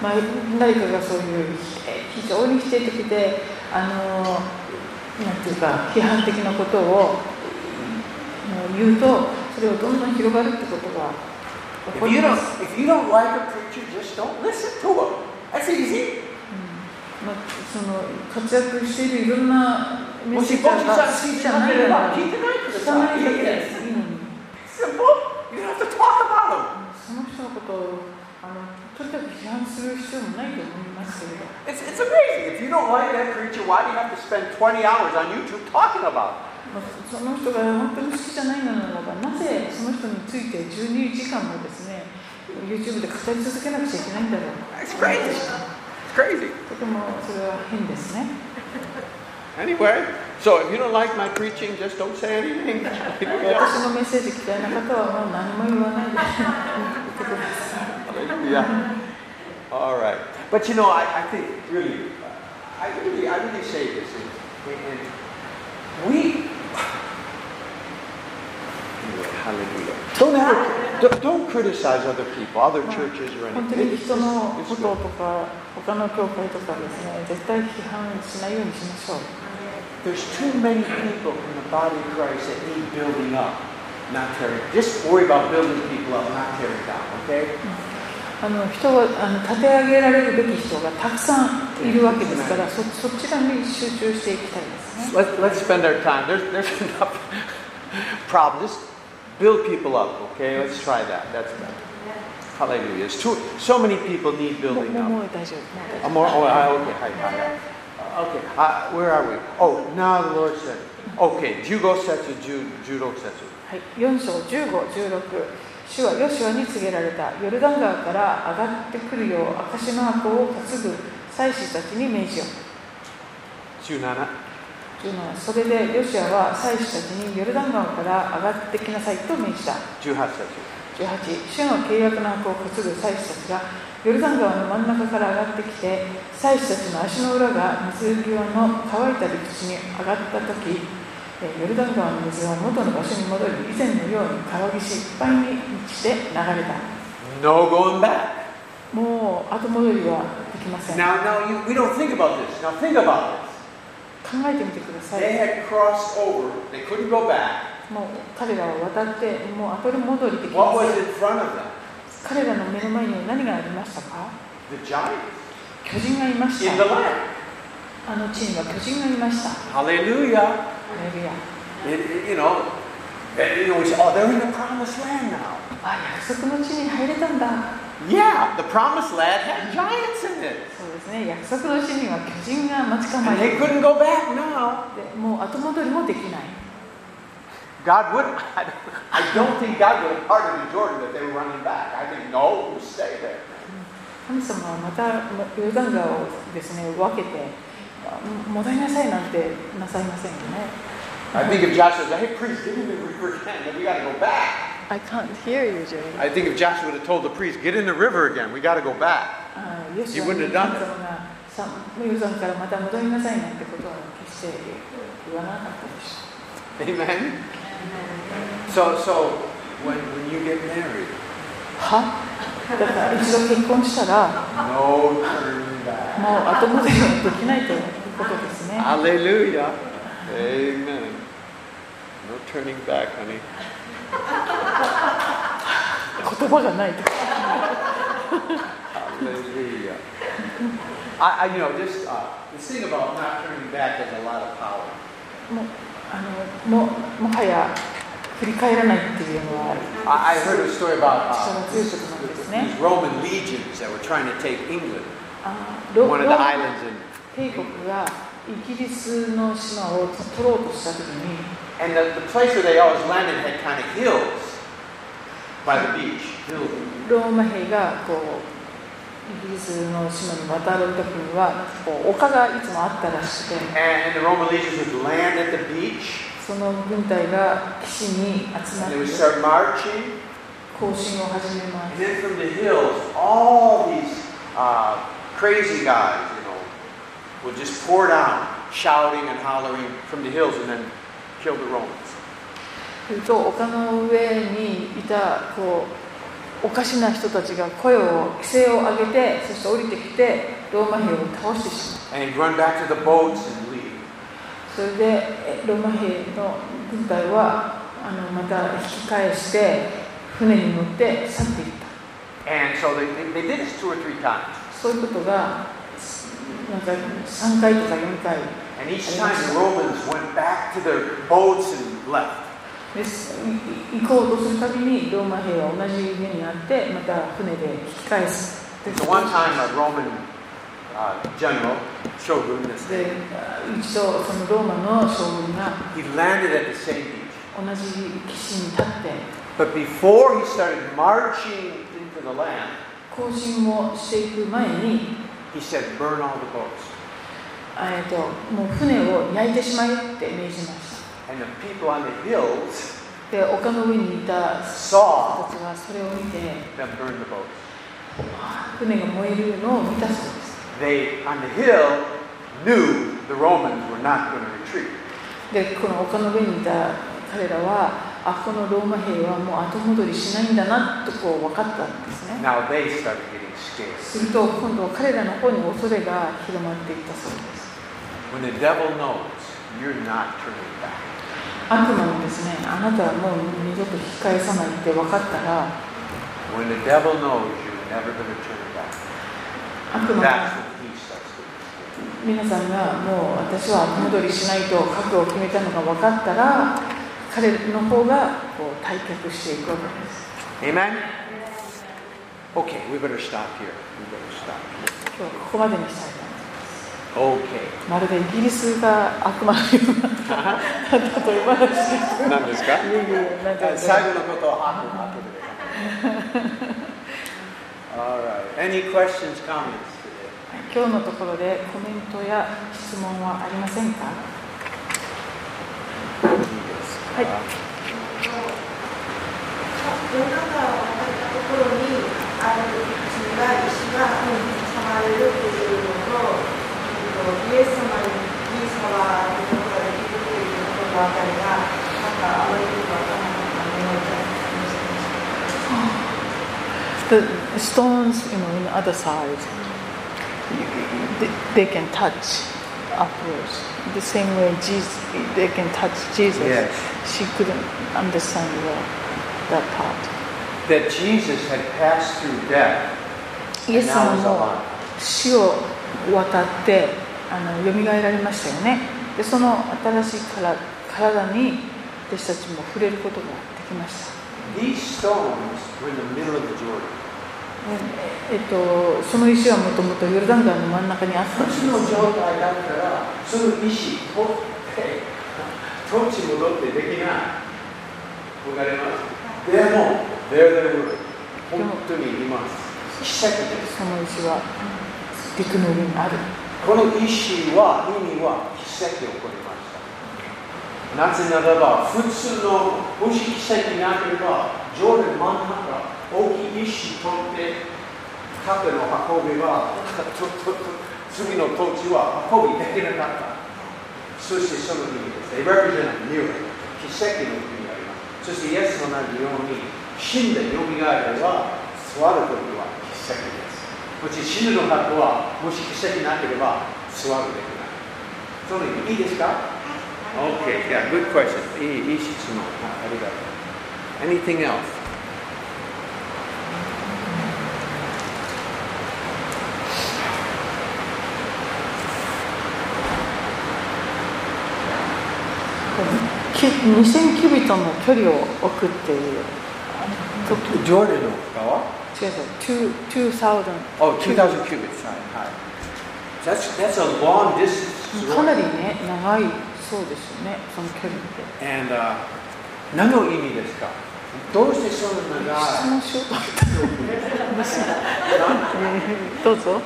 Speaker 2: まあ、誰かがそういうえ非常に否定的で、あのなんていうか、批判的なことをあの言うと、それをどんどん広がるってことが起こ
Speaker 1: If you
Speaker 2: りま
Speaker 1: don't,
Speaker 2: す。
Speaker 1: if you don't like a preacher, just don't listen to him. That's easy.
Speaker 2: まあ、その活躍しているいろんなメッ
Speaker 1: Well,
Speaker 2: セ
Speaker 1: she
Speaker 2: ージが
Speaker 1: both just keep
Speaker 2: じゃない
Speaker 1: it
Speaker 2: なら
Speaker 1: up. Keep the night to
Speaker 2: 聞かないだけ
Speaker 1: Eat
Speaker 2: で
Speaker 1: it.
Speaker 2: いいのに。
Speaker 1: Simple. You don't have to talk about
Speaker 2: その人のことをあのとにかく批判する必要もないと思いますけれど、
Speaker 1: him. It's, it's amazing. If you don't like that preacher, why do you have to spend 20 hours on YouTube talking about it?
Speaker 2: まあ、その人が本当に好きじゃないのならばなぜその人について12時間もですね YouTube で語り続けなくちゃいけないんだろう
Speaker 1: It's crazy. It's crazy.
Speaker 2: とてもそれは変ですね
Speaker 7: Anyway, so if you don't like my preaching, just don't say anything.
Speaker 2: 私のメッセージ嫌いな方はもう何も言わないで受けてください
Speaker 7: yeah. All right.
Speaker 1: But you know, I, I think really, I really, I really say this, and, and- and we
Speaker 7: Anyway, hallelujah. Don't ever, don't, don't criticize other people, other churches or
Speaker 2: 本当
Speaker 7: anything.
Speaker 2: に人の
Speaker 7: It's
Speaker 2: こと
Speaker 7: good.
Speaker 2: とか他の教会とかですね絶対批判しないようにしましょう
Speaker 1: there's too many people in the body of Christ that need building up, not tearing. Just worry about building people up, not tearing down. Okay.
Speaker 2: あの人はあの立て上げられるべき人がたくさんいるわけですから、そそちらに集中していきたいですね。
Speaker 7: Let's, let's spend our time. There's, there's enough problems. Just build people up, okay? Let's try that. That's better. Hallelujah. It's too, so many people need
Speaker 2: もう
Speaker 7: building
Speaker 2: もうも
Speaker 7: up.
Speaker 2: う大丈夫。もう大丈
Speaker 7: Uh, more, oh, I- okay, hi, hi, hi. Uh, Okay, uh, where are we? Oh, now the Lord said, okay, jugo setsu, ju, judo setsu.
Speaker 2: 夫はい、4章15、16、主はヨシュアに告げられた、ヨルダン川から上がってくるよう、証の箱を担ぐ祭司たちに命じよ。
Speaker 7: 17.
Speaker 2: 17それでヨシュアは祭司たちにヨルダン川から上がってきなさいと命じた。
Speaker 7: 18 setsu.
Speaker 2: 18主の契約の箱を担ぐ祭司たちがヨルダン川の真ん中から上がってきて祭司たちの足の裏が水際の乾いた陸地に上がった時えーヨルダン川の水は元の場所に戻り以前のように川岸いっぱいに満ちて流れた
Speaker 7: No going back.
Speaker 2: もう後戻りはできません考
Speaker 1: Now, now you, we don't think about this. Now think about this.
Speaker 2: えてみてくださ
Speaker 1: They
Speaker 2: い
Speaker 1: had crossed over. They couldn't go back.
Speaker 2: もう彼らは渡ってもう後戻りでき
Speaker 1: What
Speaker 2: ま
Speaker 1: was
Speaker 2: せん
Speaker 1: in front of them?
Speaker 2: 彼らの目の前には何がありましたか
Speaker 1: The giants
Speaker 2: 巨人がいまし
Speaker 1: in the
Speaker 2: た
Speaker 1: land.
Speaker 2: あの地には巨人がいました
Speaker 1: Hallelujah.
Speaker 2: ハレルヤ
Speaker 1: It, it- you know, and, you know, we say, oh, they're in the promised land now.
Speaker 2: あ約束の地に入れたんだ
Speaker 1: Yeah, the promised land had giants in it.
Speaker 2: そうですね約束の地には巨人が待ち構え
Speaker 1: And
Speaker 2: て
Speaker 1: they
Speaker 2: いて
Speaker 1: couldn't go back now.
Speaker 2: もう後戻りもできない
Speaker 1: God would. I don't, I don't think God would have parted the Jordan if they were running back. I think no, you stay there.
Speaker 2: 神様はまたヨルダン川をですね分けてあ戻りなさいなんてなさいませんよね
Speaker 1: I think if Joshua said, hey, priest, give me the river again, then we got to go back.
Speaker 2: I can't hear you, Jerry.
Speaker 7: I think if Joshua would have told the priest, get in the river again, we got to go back.
Speaker 2: ヨシ
Speaker 7: You
Speaker 2: ュアに
Speaker 7: wouldn't
Speaker 2: 神
Speaker 7: have
Speaker 2: 様がさ
Speaker 7: done
Speaker 2: ヨルダンからまた戻りなさいなんてことは決して言わなかったでし
Speaker 7: Amen.
Speaker 2: ょ
Speaker 7: So, so when, when you get married,
Speaker 2: はだから一度結婚したら
Speaker 1: No turning back.
Speaker 2: もう後戻りはできないということですね
Speaker 7: Hallelujah. Amen. No turning back, honey.
Speaker 2: 言葉がないと
Speaker 7: Hallelujah.
Speaker 1: I, I you know, this, uh, this thing about not turning back has a lot of power.
Speaker 2: もうあのももはや振り返らないっていうのは
Speaker 1: I, I heard a story about uh,
Speaker 2: 力強いことなんですね
Speaker 1: these Roman legions that were trying to take England,
Speaker 2: あのロ
Speaker 7: One
Speaker 2: ロ
Speaker 7: of the
Speaker 2: ーマ
Speaker 7: islands in.
Speaker 2: 帝国がイギリスの島を取ろうとした時に
Speaker 1: and the, the place where they always landed had kind of hills by the beach. Hills.
Speaker 2: ローマ兵がこうイギリスの島に渡る時にはこう丘がいつもあったらしくて
Speaker 1: And the Roman legions would land at the beach
Speaker 2: その軍隊が岸に集まっ
Speaker 1: and they
Speaker 2: て
Speaker 1: would start marching.
Speaker 2: 行進を始めま
Speaker 1: And
Speaker 2: す
Speaker 1: then from the hills, all these uh, crazy guys, you know, would just pour down, shouting and hollering from the hills and then kill the Romans.
Speaker 2: すると丘の上にいたこうおかしな人たちが声を声を上げてそして降りてきてローマ兵を倒してしまう
Speaker 1: And he'd run back to the boats and leave.
Speaker 2: それでえローマ兵の軍隊はあのまた引き返して船に乗って去っていった
Speaker 1: And so they, they, they did this two or three times.
Speaker 2: そういうことがなんか3回とか4回
Speaker 1: And each time the Romans went back to their boats and left.
Speaker 2: ですいい行こうとするたびにローマ兵は同じ目にあってまた船で引き返す
Speaker 1: And so one time a Roman uh, general, Shogun, this
Speaker 2: で
Speaker 1: thing,
Speaker 2: 一度そのローマの将軍が
Speaker 1: he landed at the same beach.
Speaker 2: 同じ岸に立って
Speaker 1: But before he started marching into the land,
Speaker 2: 行進をしていく前に、
Speaker 1: he said, burn all the boats.
Speaker 2: えー、ともう船を焼いてしまえって命じまし
Speaker 1: And the people on the hills
Speaker 2: たで丘の上にいた人
Speaker 1: saw
Speaker 2: たちはそれを見て
Speaker 1: them burn the boats.
Speaker 2: 船が燃えるのを見たそうです
Speaker 1: They, on the hill, knew the Romans were not going to retreat.
Speaker 2: でこの丘の上にいた彼らはあこのローマ兵はもう後戻りしないんだなとこう分かったんですね
Speaker 1: Now they started getting scared.
Speaker 2: すると今度彼らの方に恐れが広まっていったそうです
Speaker 1: When the devil knows you're not turning back,
Speaker 2: 悪魔にですねあなたはもう二度と引き返さないって分かったら
Speaker 1: when the devil knows you're never going to turn back,
Speaker 2: 悪魔が
Speaker 1: that's when he starts getting scared.
Speaker 2: 皆さんがもう私は後戻りしないと覚悟を決めたのが分かったら彼の方がこう退却していくわけです
Speaker 1: Amen? Okay, we better stop here. We better stop here.
Speaker 2: 今日はここまでにしたいと思いま
Speaker 1: Okay.
Speaker 2: すまるでイギリスが悪魔のような例え話です
Speaker 1: 何ですか
Speaker 2: いえい えなんか
Speaker 1: 最後のことをハートで。Alright. Any questions, comments today?
Speaker 2: 今日のところでコメントや質問はありませんか
Speaker 1: はい
Speaker 7: 世の中を渡ったところにある石が石が刻まれるというのと、うん、イエス様にイエス様は見ることができるということあたりがなんかあまりよくわからなかったような気がしました。
Speaker 2: The stones you know, in the other side they, they can touch upwards the same way Jesus, they can touch Jesus
Speaker 1: Yes.
Speaker 2: she couldn't understand well that part
Speaker 1: That Jesus had passed through death
Speaker 2: イエ
Speaker 1: and
Speaker 2: ス
Speaker 1: now
Speaker 2: 様
Speaker 1: is
Speaker 2: も
Speaker 1: alive.
Speaker 2: 死を渡ってあの蘇られましたよねでその新しいから体に弟子たちも触れることができました
Speaker 1: These stones were in the middle of the Jordan.
Speaker 2: ええっと、その石はもともとヨルダン川の真ん中にあったんです
Speaker 1: 土の状態だったら、その石、取って、土地戻ってできない。わかりますでも、there they were. 本当にいます。奇跡です。
Speaker 2: その石は陸の上にある
Speaker 1: この意思は意味は奇跡を起こりましたなぜならば普通のもし奇跡なければジョーダン真ん中大きい意思取って縦の運びはととと次の土地は運びできなかったそしてその意味です They represent a miracle 奇跡の意味がありますそしてイエスも同じように死んでよみがえれば座るときは奇跡ですうち死ぬの覚悟はもし奇跡なければ座るべきない。その意味いいですか
Speaker 7: はい
Speaker 1: ?OK、yeah, good question. いいいい質問。はいありがとう。Anything else?
Speaker 2: き2000キュビットの距離を置くっていうと
Speaker 1: ジョーダンの川
Speaker 2: 違う違う2 2000
Speaker 1: Oh, 2000 cubits. はい。はい。That's, that's a long distance.
Speaker 2: かなりね長いそうですよねその距離って
Speaker 1: And、uh, 何の意味ですかどうしてそんな
Speaker 2: 質
Speaker 1: 長い
Speaker 2: 問しようと思ったどうぞ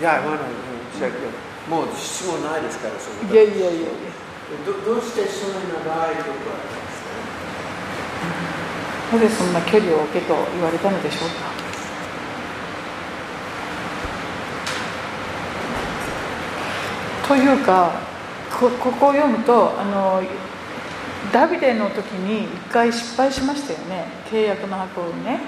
Speaker 1: いや、まだ、もう質問ないですから、その
Speaker 2: いやいやいやいや
Speaker 1: どどうしてそんな長いことがあるんですか
Speaker 2: なぜそんな距離を置けと言われたのでしょうか
Speaker 1: Well,
Speaker 2: というかこここを読むとあのダビデの時に一回失敗しましたよね契約の箱をね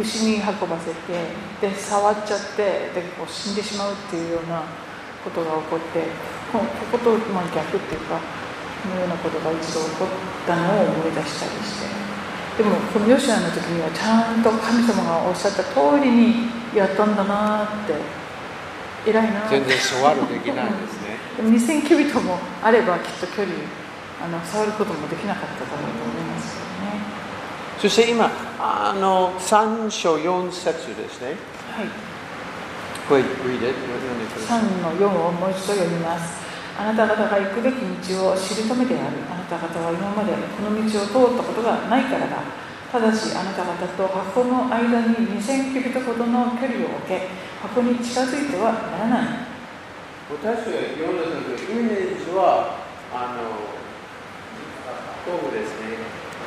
Speaker 2: 牛に運ばせてで触っちゃってでこう死んでしまうっていうようなことが起こってこここと、まあ、逆っていうかこのようなことが一度起こったのを思い出したりして。でもこのヨシアの時にはちゃんと神様がおっしゃった通りにやったんだなって偉いなって
Speaker 1: 全然触るできないですね。
Speaker 2: でも2000キュビットもあればきっと距離あの触ることもできなかったと思いますよね。
Speaker 1: そして今、あの3章4節ですね。
Speaker 2: はい
Speaker 1: これ、read it 読んでください。
Speaker 2: 3の4をもう一度読みますあなた方が行くべき道を知るためであるあなた方は今までこの道を通ったことがないからだただしあなた方と箱の間に2000キュビットほどの距離を置け箱に近づいてはならない
Speaker 3: 私は読んだ時イメージはあのそうですね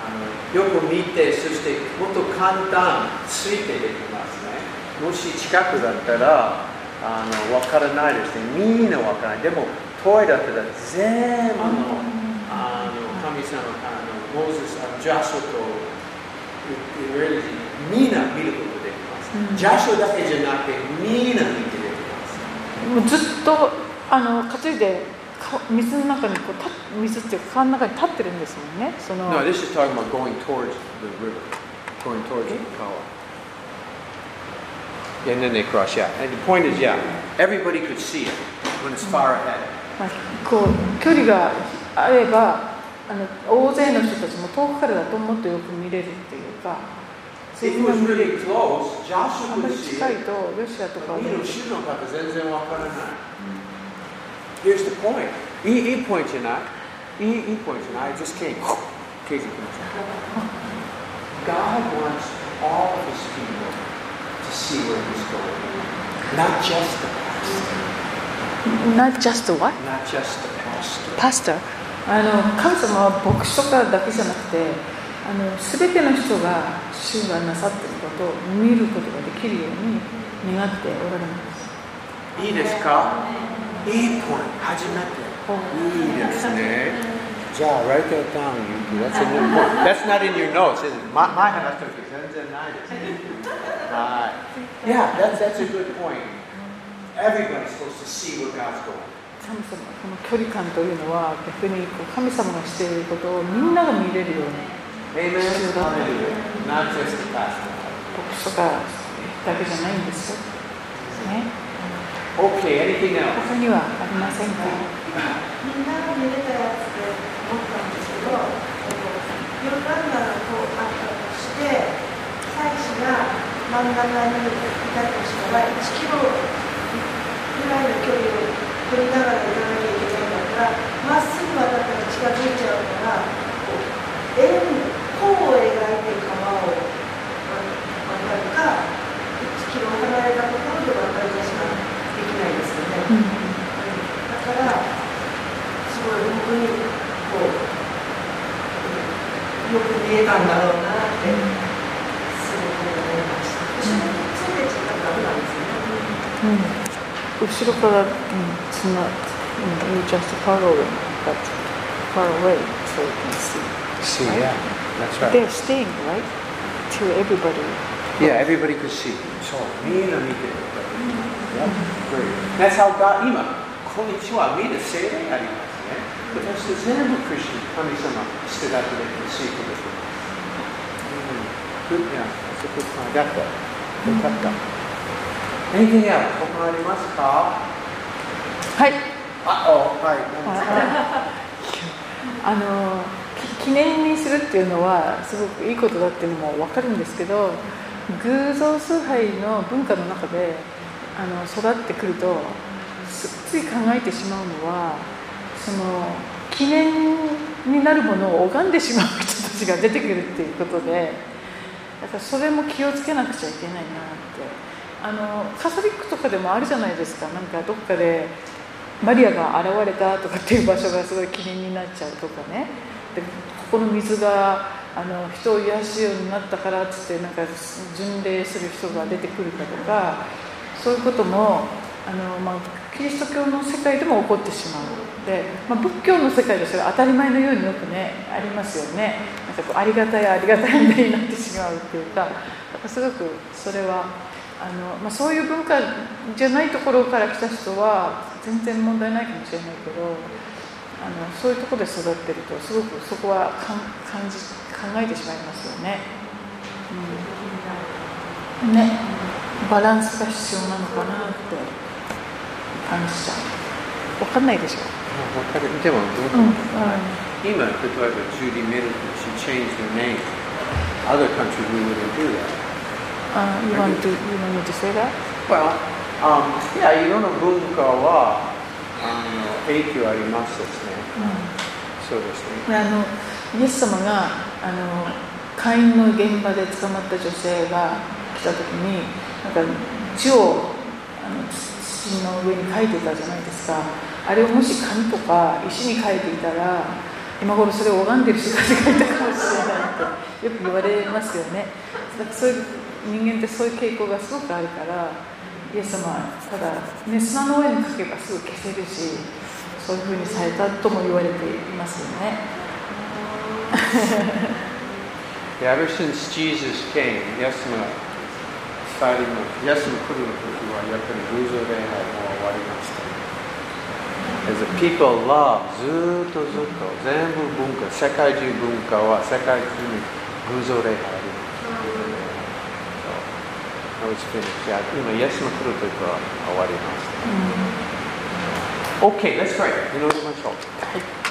Speaker 3: あのよく見てそしてもっと簡単ついてできますねもし近くだったらあの分からないですねみんな分からないでも遠いだったら全部のあの神様あのモーセスあのジャショとイエレジみんな見ることできます、
Speaker 2: うん
Speaker 3: ジャショだけじゃなくてみんな見てでき
Speaker 2: も
Speaker 3: ます
Speaker 2: うずっとあの担いでか水の中にこう立っ水っていうか川の中に立ってるんですもんねその
Speaker 1: No, this is talking about going towards the river, going towards the Kawa. And then they cross, yeah. And the point is, yeah, everybody could see it when it's far ahead.
Speaker 2: まあ、こう距離があればあの大勢の人たちも遠くからだともっとよく見れるっていうか
Speaker 3: If it was really close, Joshua
Speaker 2: あんま
Speaker 3: would
Speaker 2: り
Speaker 3: see
Speaker 2: 近い
Speaker 3: it.
Speaker 2: とロシアとかは
Speaker 3: But
Speaker 2: ね
Speaker 3: we don't shoot no purpose, that's in our part of nine. Here's the point.
Speaker 1: E, e point you're not. E, e point you're not. I just came. Take it.
Speaker 3: God wants all of his people to see where he's going. Not just the pastor.
Speaker 2: Not just what?
Speaker 3: Not just the pastor.
Speaker 2: Pastor? あの神様は牧師とかだけじゃなくてあの全ての人が主がなさっていることを見ることができるように願っておられます
Speaker 3: いいですかいいポイント初めて
Speaker 1: いいですね。じゃあ、write that down, Yuki. That's a new point. That's not in your notes, is it? ま前話した時全然ないですね。はい。
Speaker 3: Yeah, that's, that's a good point. Everybody's supposed to see where God's going.
Speaker 2: 神様この距離感というのは逆にこう神様がしていることをみんなが見れるように
Speaker 3: Amen? Hallelujah. Not just the pastor.
Speaker 2: 牧師とかだけじゃないんですよ、ね、
Speaker 3: Okay, anything else?
Speaker 2: 他にはありませんか
Speaker 7: みんなが見れたやつで思ったんですけど、あのヨルダン川がこうあったとして、祭司が真ん中にいたとしたら、1キロぐらいの距離を取りながら行かなきゃいけないんだから、まっすぐ渡ったら近づいちゃうから、こう円、弧を描いて川を渡るか、1キロ離れたところで渡るかしかできないですよね。だから、すごい本当にこう、よく見えたんだろうなって、すごく思いました。後ろについてちゃったらダメなんですよね。
Speaker 2: うん、後ろから、うん、つな、うん、you just follow it, but far away so you can see.
Speaker 1: See, yeah. That's right.
Speaker 2: They're staying, right? To everybody.
Speaker 1: Yeah, everybody could see.
Speaker 3: そう、みんな見てる。That's how God, 今、こんにちは、みんな聖霊ありますね。私たち全部クリスチャン、神様、捨てだけで教えてくだ
Speaker 1: うん。Yeah, that's a good point. だった。よかった。
Speaker 3: さい。Anything else? 他ありますか
Speaker 2: はい。
Speaker 3: あお、はい。
Speaker 2: あのき記念にするっていうのはすごくいいことだっていうのも分かるんですけど偶像崇拝の文化の中であの育ってくるとすつい考えてしまうのはその記念になるものを拝んでしまう人たちが出てくるっていうことでだからそれも気をつけなくちゃいけないなってあのカトリックとかでもあるじゃないですかなんかどっかでマリアが現れたとかっていう場所がすごい記念になっちゃうとかねでここの水があの人を癒すようになったからっつってなんか巡礼する人が出てくるかとかそういうこともあの、まあ、キリスト教の世界でも起こってしまうので、まあ、仏教の世界でそれは当たり前のようによくねありますよねなんかこうありがたいありがたいみたいになってしまうっていうかなんかすごくそれはあの、まあ、そういう文化じゃないところから来た人は全然問題ないかもしれないけどあのそういうところで育ってるとすごくそこはかん感じ考えてしまいますよね。うん、ねバランスが必要なのかなって感じちゃう。わかんないでしょ。うん、うん
Speaker 1: Ima, Judy Middleton, she changed her name. Other countries, we wouldn't do that.
Speaker 2: あ、you want to, you want me to say that?
Speaker 1: Well, um, yeah, いろんな文化はあの影響ありますですね。そうですね。
Speaker 2: であのイエス様があの会員の現場で捕まった女性が来た時になんか字をあの土の上に書いてたじゃないですかあれをもし紙とか石に書いていたら今頃それを拝んでる人たちがいたかもしれないってよく言われますよねだからそういう人間ってそういう傾向がすごくあるからイエス様はただ、ね、砂の上に書けばすぐ消せるしそういうふうにされたとも言われていますよね。
Speaker 1: Yeah, ever since Jesus came, イエスが二人の、イエスが来る時はやっぱり偶像礼拝も終わりました。As the people love ずっとずっと全部文化、世界中文化は世界中に偶像礼拝あります。So, that was finished. Yeah, 今、イエスが来る時は終わりました。Okay, let's pray. 祈りましょう。